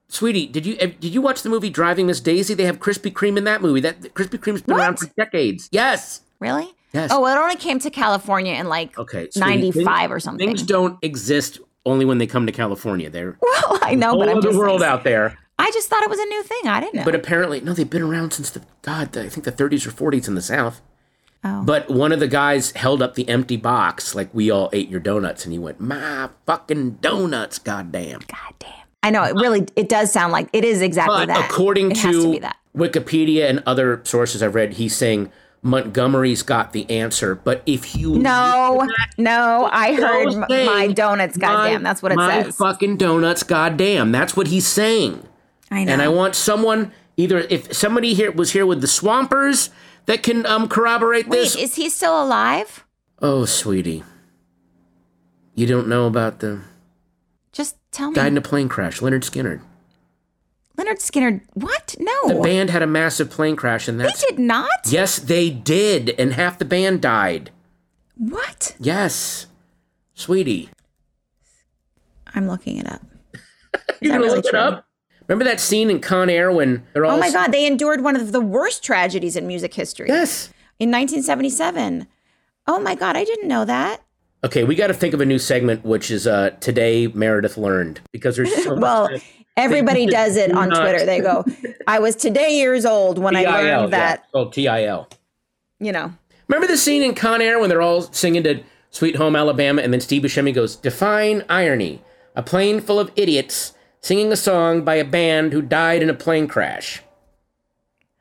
Speaker 3: sweetie, did you eh, did you watch the movie Driving Miss Daisy? They have Krispy Kreme in that movie. That Krispy Kreme's been around for
Speaker 2: What?
Speaker 3: decades. Yes.
Speaker 2: Really?
Speaker 3: Yes.
Speaker 2: Oh, well, it only came to California in like
Speaker 3: Okay. sweetie,
Speaker 2: 95
Speaker 3: things-
Speaker 2: or something.
Speaker 3: Things don't exist only when they come to California. They're
Speaker 2: [laughs] well, I know,
Speaker 3: all
Speaker 2: but I'm
Speaker 3: over
Speaker 2: just
Speaker 3: the world
Speaker 2: saying-
Speaker 3: out there.
Speaker 2: I just thought it was a new thing. I didn't know.
Speaker 3: But apparently, no, they've been around since the God. The, I think the 30s or 40s in the South.
Speaker 2: Oh.
Speaker 3: But one of the guys held up the empty box like we all ate your donuts, and he went, "My fucking donuts, goddamn!"
Speaker 2: God damn. I know it really it does sound like it is exactly
Speaker 3: But
Speaker 2: that.
Speaker 3: according
Speaker 2: It
Speaker 3: to,
Speaker 2: has to be that.
Speaker 3: Wikipedia and other sources I've read, he's saying Montgomery's got the answer. But if you
Speaker 2: no, no, [laughs] I heard
Speaker 3: Those
Speaker 2: m- my
Speaker 3: things,
Speaker 2: donuts. Goddamn,
Speaker 3: my-
Speaker 2: that's what it
Speaker 3: my
Speaker 2: says.
Speaker 3: fucking donuts. Goddamn, that's what he's saying.
Speaker 2: I know.
Speaker 3: And I want someone either if somebody here was here with the Swampers that can um corroborate
Speaker 2: Wait,
Speaker 3: this.
Speaker 2: is he still alive?
Speaker 3: oh, sweetie, you don't know about the
Speaker 2: Just tell me.
Speaker 3: died in a plane crash. Leonard Skinner.
Speaker 2: Leonard Skinner. What?
Speaker 3: The
Speaker 2: No,
Speaker 3: band had a massive plane crash, and
Speaker 2: Oh. they
Speaker 3: that's
Speaker 2: did not.
Speaker 3: yes, they did, and half the band died.
Speaker 2: What?
Speaker 3: Yes, sweetie.
Speaker 2: I'm looking it up.
Speaker 3: You gonna look it up? Remember that scene in Con Air when they're all
Speaker 2: Oh my God, they endured one of the worst tragedies in music history
Speaker 3: Yes.
Speaker 2: in 1977. Oh my God, I didn't know that.
Speaker 3: Okay, we got to think of a new segment, which is uh, today Meredith learned because there's so much-
Speaker 2: [laughs] Well,
Speaker 3: [laughs]
Speaker 2: everybody does it on
Speaker 3: not.
Speaker 2: Twitter. They
Speaker 3: [laughs]
Speaker 2: go, I was today years old when I
Speaker 3: TIL,
Speaker 2: learned that,
Speaker 3: Yeah. Oh, TIL.
Speaker 2: you know.
Speaker 3: Remember the scene in Con Air when they're all singing to "Sweet Home Alabama" and then Steve Buscemi goes, "Define irony: a plane full of idiots singing a song by a band who died in a plane crash."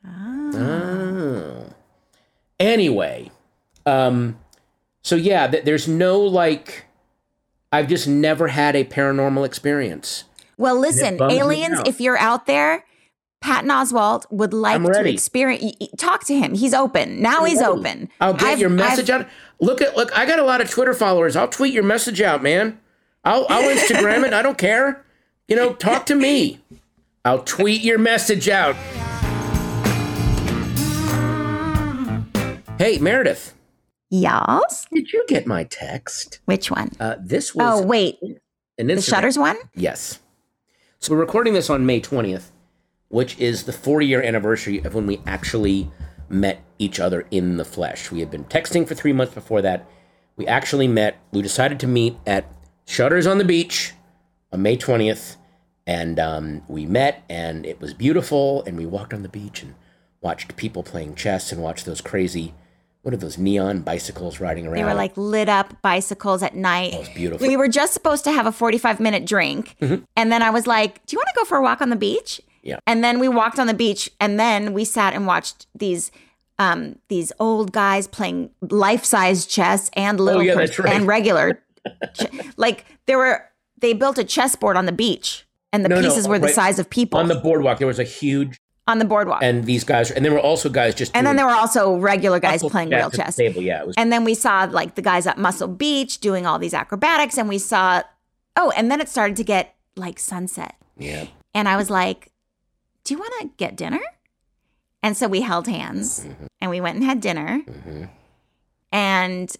Speaker 3: Oh. Anyway, um, so yeah, th- there's no like. I've just never had a paranormal experience.
Speaker 2: Well, listen,
Speaker 3: bums me
Speaker 2: aliens,
Speaker 3: out.
Speaker 2: if you're out there, Patton Oswald would like
Speaker 3: I'm
Speaker 2: to
Speaker 3: ready.
Speaker 2: experience. Talk to him. He's open now. he's open.
Speaker 3: I'll get
Speaker 2: I've-
Speaker 3: your
Speaker 2: I've-
Speaker 3: message out. Look at look. I got a lot of Twitter followers. I'll tweet your message out, man. I'll
Speaker 2: [laughs]
Speaker 3: I'll Instagram it. I don't care. You know, talk to me. I'll tweet your message out. Hey Meredith,
Speaker 2: Yes.
Speaker 3: did you get my text?
Speaker 2: Which one?
Speaker 3: Uh, this was
Speaker 2: Oh wait,
Speaker 3: an
Speaker 2: the
Speaker 3: Instagram.
Speaker 2: Shutters one.
Speaker 3: Yes. So we're recording this on May 20th, which is the 40 year anniversary of when we actually met each other in the flesh. We had been texting for three months before that. We actually met. We decided to meet at Shutters on the Beach on May 20th. And um, we met, and it was beautiful. And we walked on the beach and watched people playing chess and watched those crazy, what are those neon bicycles riding around?
Speaker 2: They were like lit up bicycles at night.
Speaker 3: it was beautiful.
Speaker 2: We were just supposed to have a 45 minute drink. And then I was like, Do you want to go for a walk on the beach?
Speaker 3: Mm-hmm. Yeah.
Speaker 2: And then we walked on the beach and then we sat and watched these um these old guys playing life-size chess and little
Speaker 3: Oh, yeah,
Speaker 2: pers-
Speaker 3: that's right. [laughs]
Speaker 2: and regular ch- like there were they built a chessboard on the beach and the
Speaker 3: No, no,
Speaker 2: pieces were the
Speaker 3: right.
Speaker 2: size of people
Speaker 3: on the boardwalk, there was a huge,
Speaker 2: on the boardwalk. And,
Speaker 3: and these guys, and there were also guys just.
Speaker 2: then
Speaker 3: doing
Speaker 2: there were also regular guys
Speaker 3: Couple
Speaker 2: playing
Speaker 3: chats
Speaker 2: real
Speaker 3: at the
Speaker 2: chess.
Speaker 3: Table, yeah, it was.
Speaker 2: And then we saw like the guys at Muscle Beach doing all these acrobatics, and we saw, oh, and then it started to get like sunset.
Speaker 3: yeah.
Speaker 2: And I was like, do you want to get dinner? And so we held hands
Speaker 3: Mm-hmm.
Speaker 2: and we went and had dinner. And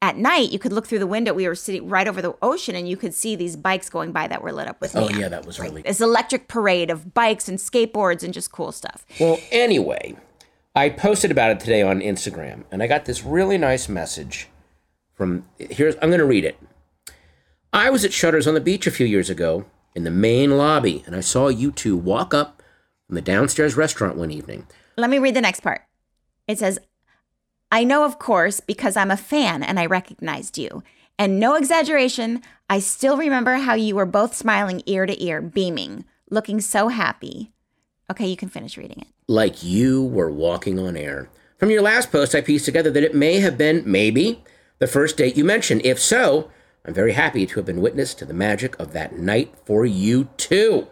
Speaker 2: at night, you could look through the window. We were sitting right over the ocean and you could see these bikes going by that were lit up with
Speaker 3: Oh
Speaker 2: neon.
Speaker 3: yeah, that was really
Speaker 2: This electric parade of bikes and skateboards and just cool stuff.
Speaker 3: well. Anyway, I posted about it today on Instagram, and I got this really nice message from. Here's I'm going to read it. I was at Shutters on the beach a few years ago in the main lobby, and I saw you two walk up from the downstairs restaurant one evening.
Speaker 2: Let me read the next part. It says, I know, of course, because I'm a fan and I recognized you. And no exaggeration, I still remember how you were both smiling ear to ear, beaming, looking so happy. Okay, you can finish reading it.
Speaker 3: like you were walking on air. From your last post, I pieced together that it may have been, maybe, the first date you mentioned. If so, I'm very happy to have been witness to the magic of that night for you too.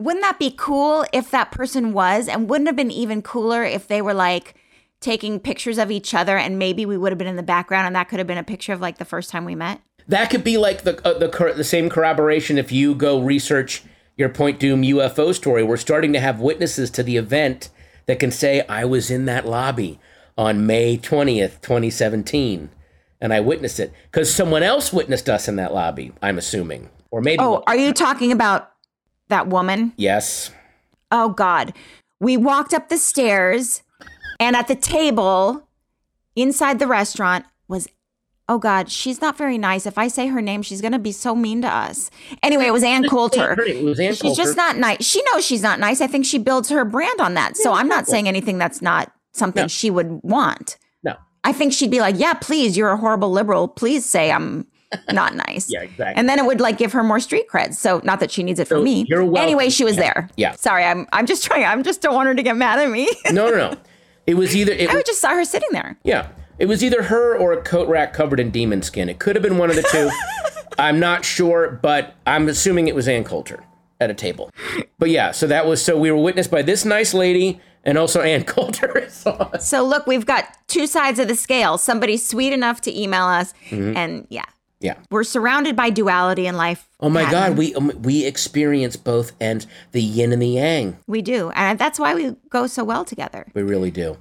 Speaker 2: Wouldn't that be cool if that person was? And wouldn't it have been even cooler if they were like taking pictures of each other and maybe we would have been in the background and that could have been a picture of like the first time we met?
Speaker 3: That could be like the uh, the, cor- the same corroboration if you go research your Point Doom UFO story. We're starting to have witnesses to the event that can say I was in that lobby on May 20th, 2017 and I witnessed it cuz someone else witnessed us in that lobby, I'm assuming. Or maybe
Speaker 2: Oh, are you talking about that woman?
Speaker 3: yes.
Speaker 2: Oh God. We walked up the stairs and at the table inside the restaurant was oh God, she's not very nice. If I say her name, she's gonna be so mean to us. Anyway, it was
Speaker 3: [laughs]
Speaker 2: Ann Coulter.
Speaker 3: It was Ann
Speaker 2: She's just
Speaker 3: Coulter.
Speaker 2: not nice. She knows she's not nice. I think she builds her brand on that. So I'm not saying anything that's not something she would want.
Speaker 3: No. [laughs]
Speaker 2: I think she'd be like, Yeah, please, you're a horrible liberal. Please say I'm not nice.
Speaker 3: Yeah, exactly.
Speaker 2: And then it would like give her more street cred. So not that she needs it from
Speaker 3: So,
Speaker 2: me.
Speaker 3: you're welcome.
Speaker 2: Anyway, she was there.
Speaker 3: Yeah.
Speaker 2: Sorry, I'm I'm just trying. I'm just don't want her to get mad at
Speaker 3: [laughs]
Speaker 2: me.
Speaker 3: No, no,
Speaker 2: [laughs]
Speaker 3: no. It was either it
Speaker 2: I
Speaker 3: was,
Speaker 2: just saw her sitting there.
Speaker 3: yeah, it was either her or a coat rack covered in demon skin. It could have been one of the
Speaker 2: [laughs]
Speaker 3: two. I'm not sure, but I'm assuming it was Ann Coulter at a table. But yeah, so that was so we were witnessed by this nice lady and also [laughs] Ann Coulter. So-
Speaker 2: So look, we've got two sides of the scale. Somebody sweet enough to email us,
Speaker 3: Mm-hmm.
Speaker 2: and yeah,
Speaker 3: yeah.
Speaker 2: we're surrounded by duality in life.
Speaker 3: Oh my
Speaker 2: Patton.
Speaker 3: God, we um, we experience both ends, the yin and the yang.
Speaker 2: we do, and that's why we go so well together.
Speaker 3: We really do.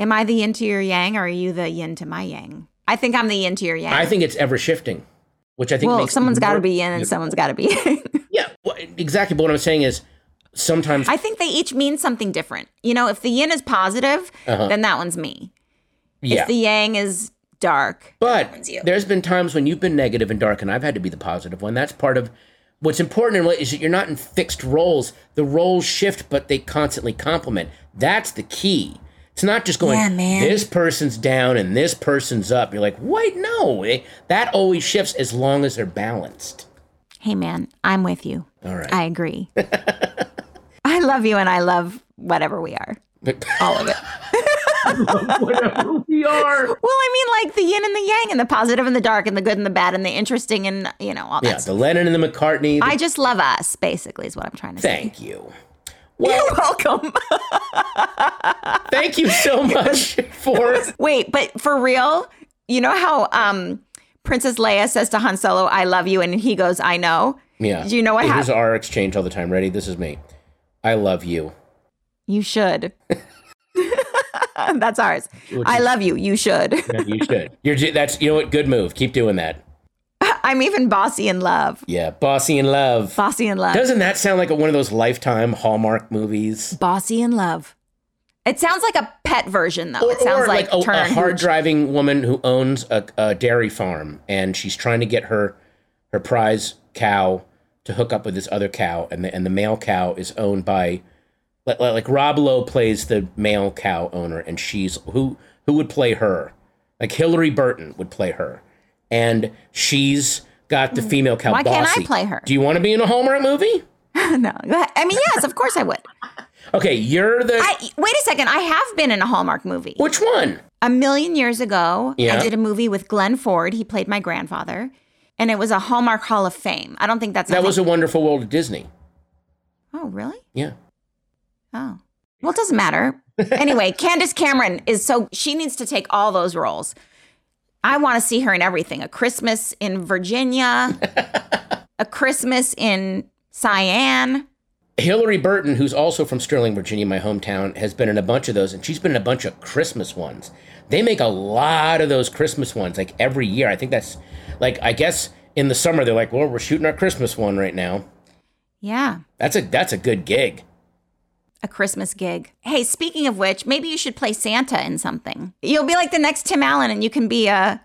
Speaker 2: Am I the yin to your yang, or are you the yin to my yang? I think I'm the yin to your yang.
Speaker 3: I think it's ever shifting, which I think
Speaker 2: well,
Speaker 3: makes it
Speaker 2: someone's got to
Speaker 3: more-
Speaker 2: be yin, and someone's got to be. [laughs] yang.
Speaker 3: Yeah, well, exactly. But what I'm saying is, sometimes
Speaker 2: I think they each mean something different. You know, if the yin is positive, then that one's me.
Speaker 3: Uh-huh. yeah.
Speaker 2: If the yang is dark,
Speaker 3: But
Speaker 2: you.
Speaker 3: there's been times when you've been negative and dark, and I've had to be the positive one. That's part of what's important in rela- is that you're not in fixed roles. The roles shift, but they constantly complement. That's the key. It's not just going.
Speaker 6: Yeah, man.
Speaker 3: This person's down and this person's up. You're like, wait, no, eh, that always shifts as long as they're balanced.
Speaker 2: hey man, I'm with you.
Speaker 3: All right.
Speaker 2: I agree. [laughs] I love you, and I love whatever we are.
Speaker 4: [laughs]
Speaker 2: All of it.
Speaker 4: we are.
Speaker 2: Well, I mean, like the yin and the yang, and the positive and the dark, and the good and the bad, and the interesting, and you know all that.
Speaker 3: yeah,
Speaker 2: stuff.
Speaker 3: the Lennon and the McCartney. the-
Speaker 2: I just love us, basically, is what I'm trying to
Speaker 3: thank you.
Speaker 2: say.
Speaker 3: Well,
Speaker 2: [laughs] You're welcome.
Speaker 3: thank you
Speaker 2: [laughs]
Speaker 3: so much for.
Speaker 2: Wait, but for real, you know how um, Princess Leia says to Han Solo, "I love you," and he goes, "I know."
Speaker 3: Yeah.
Speaker 2: Do you know what
Speaker 3: Here's
Speaker 2: happened?
Speaker 3: our exchange all the time. Ready? This is me. I love you.
Speaker 2: You should. [laughs] That's ours. I love you. You should. [laughs]
Speaker 3: Yeah, you should. [laughs] You're ju- that's you know what? Good move. Keep doing that.
Speaker 2: I'm even bossy in love.
Speaker 3: Yeah, bossy in love.
Speaker 2: Bossy in love.
Speaker 3: Doesn't that sound like a, one of those lifetime Hallmark movies?
Speaker 2: bossy in love. It sounds like a pet version, though. it sounds like,
Speaker 3: a,
Speaker 2: Turner
Speaker 3: a
Speaker 2: and
Speaker 3: hard
Speaker 2: Hooch.
Speaker 3: driving woman who owns a, a dairy farm and she's trying to get her her prize cow to hook up with this other cow, and the and the male cow is owned by like, like Rob Lowe plays the male cow owner, and she's who who would play her? Like Hillary Burton would play her, and she's got the female cow.
Speaker 2: Hmm. Why can't I
Speaker 3: Bossy.
Speaker 2: play her?
Speaker 3: Do you want to be in a Hallmark movie?
Speaker 2: [laughs] no, I mean, yes, of course
Speaker 3: [laughs]
Speaker 2: I would.
Speaker 3: Okay, you're the
Speaker 2: I wait a second. I have been in a Hallmark movie
Speaker 3: which one?
Speaker 2: a million years ago.
Speaker 3: Yeah.
Speaker 2: I did a movie with Glenn Ford. He played my grandfather, and it was a Hallmark Hall of Fame. I don't think that's
Speaker 3: That was a Wonderful World of Disney.
Speaker 2: oh really
Speaker 3: Yeah.
Speaker 2: oh well it doesn't matter.
Speaker 3: [laughs]
Speaker 2: anyway, Candace Cameron is so she needs to take all those roles. I want to see her in everything: a Christmas in
Speaker 3: [laughs]
Speaker 2: Virginia, a Christmas in Cyan.
Speaker 3: Hillary Burton, who's also from Sterling, Virginia, my hometown, has been in a bunch of those, and she's been in a bunch of Christmas ones. They make a lot of those Christmas ones, like every year. I think that's, like, I guess in the summer they're like, well, we're shooting our Christmas one right now.
Speaker 2: Yeah.
Speaker 3: That's a that's a good gig.
Speaker 2: a Christmas gig. Hey, speaking of which, maybe you should play Santa in something. You'll be like the next Tim Allen and you can be a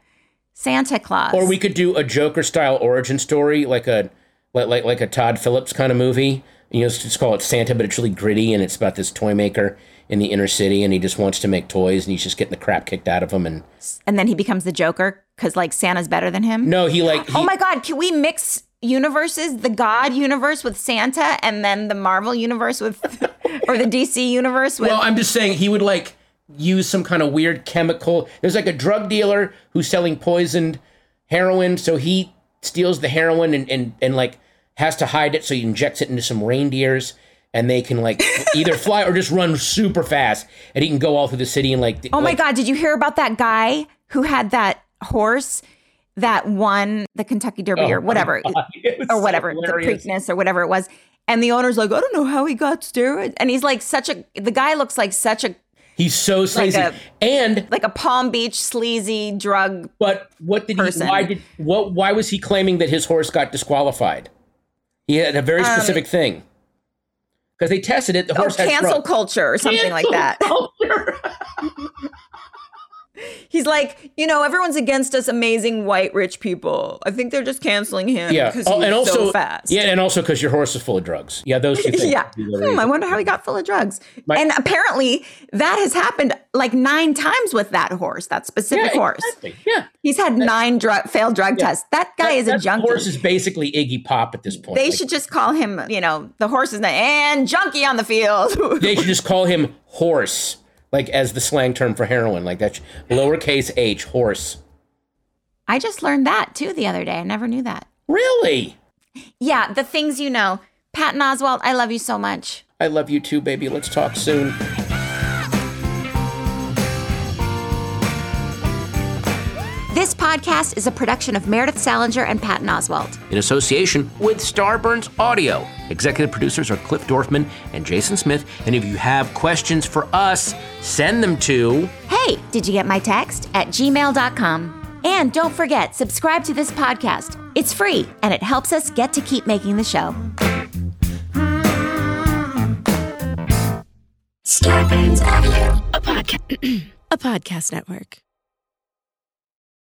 Speaker 2: Santa Claus.
Speaker 3: Or we could do a Joker style origin story, like a like like, like a Todd Phillips kind of movie. You know, just call it Santa, but it's really gritty, and it's about this toy maker in the inner city, and he just wants to make toys, and he's just getting the crap kicked out of him. And
Speaker 2: and then he becomes the Joker cuz like Santa's better than him.
Speaker 3: no, he like he,
Speaker 2: Oh my god, can we mix universes, the God universe with Santa and then the Marvel universe with [laughs] or the DC universe with
Speaker 3: Well, I'm just saying he would like use some kind of weird chemical. There's like a drug dealer who's selling poisoned heroin, so he steals the heroin and and, and like has to hide it, so he injects it into some reindeers. And they can like [laughs] either fly or just run super fast, and he can go all through the city and like.
Speaker 2: Oh my
Speaker 3: [laughs]
Speaker 2: god, did you hear about that guy who had that horse that won the Kentucky Derby
Speaker 3: Oh
Speaker 2: or whatever? or whatever, the Preakness or whatever it was. And the owner's like, I don't know how he got steroids. And he's like such a the guy looks like such a
Speaker 3: He's so sleazy,
Speaker 2: a-
Speaker 3: and
Speaker 2: like a Palm Beach sleazy drug.
Speaker 3: But what did
Speaker 2: person.
Speaker 3: he? Why did what? Why was he claiming that his horse got disqualified? He had a very specific thing because they tested it. The
Speaker 2: Or
Speaker 3: horse had
Speaker 2: oh, cancel
Speaker 3: stroke. [laughs]
Speaker 2: culture or something like that.
Speaker 3: Cancel culture.
Speaker 2: He's like, you know, everyone's against us amazing white rich people. I think they're just canceling him
Speaker 3: Yeah.
Speaker 2: because
Speaker 3: Oh,
Speaker 2: he's
Speaker 3: and also,
Speaker 2: so fast. [laughs]
Speaker 3: yeah, and also because your horse is full of drugs. Yeah, those [laughs] two things.
Speaker 2: Yeah.
Speaker 3: would be the
Speaker 2: Hmm, I
Speaker 3: reason.
Speaker 2: wonder how he got full of drugs.
Speaker 3: My-
Speaker 2: and apparently that has happened like nine times with that horse, that specific
Speaker 3: Yeah,
Speaker 2: horse.
Speaker 3: exactly. Yeah.
Speaker 2: He's had nine drug failed drug tests. That guy is
Speaker 3: That-
Speaker 2: a
Speaker 3: that
Speaker 2: junkie.
Speaker 3: Horse is basically Iggy Pop at this point.
Speaker 2: they
Speaker 3: Like,
Speaker 2: should just call him, you know, the horse's name and junkie on the field. [laughs]
Speaker 3: They should just call him horse, like as the slang term for heroin. Like that's lowercase h horse.
Speaker 2: I just learned that too the other day. I never knew that.
Speaker 3: Really?
Speaker 2: Yeah, the things you know. Patton Oswald, I love you so much.
Speaker 3: I love you too, baby. Let's talk soon.
Speaker 2: This podcast is a production of Meredith Salinger and Patton Oswald.
Speaker 4: in association with Starburns Audio. Executive producers are Cliff Dorfman and Jason Smith. And if you have questions for us, send them to
Speaker 2: Hey, did you get my text? At gmail.com. And don't forget, subscribe to this podcast. It's free and it helps us get to keep making the show.
Speaker 7: Star Audio, a podcast.
Speaker 1: [clears throat] a podcast network.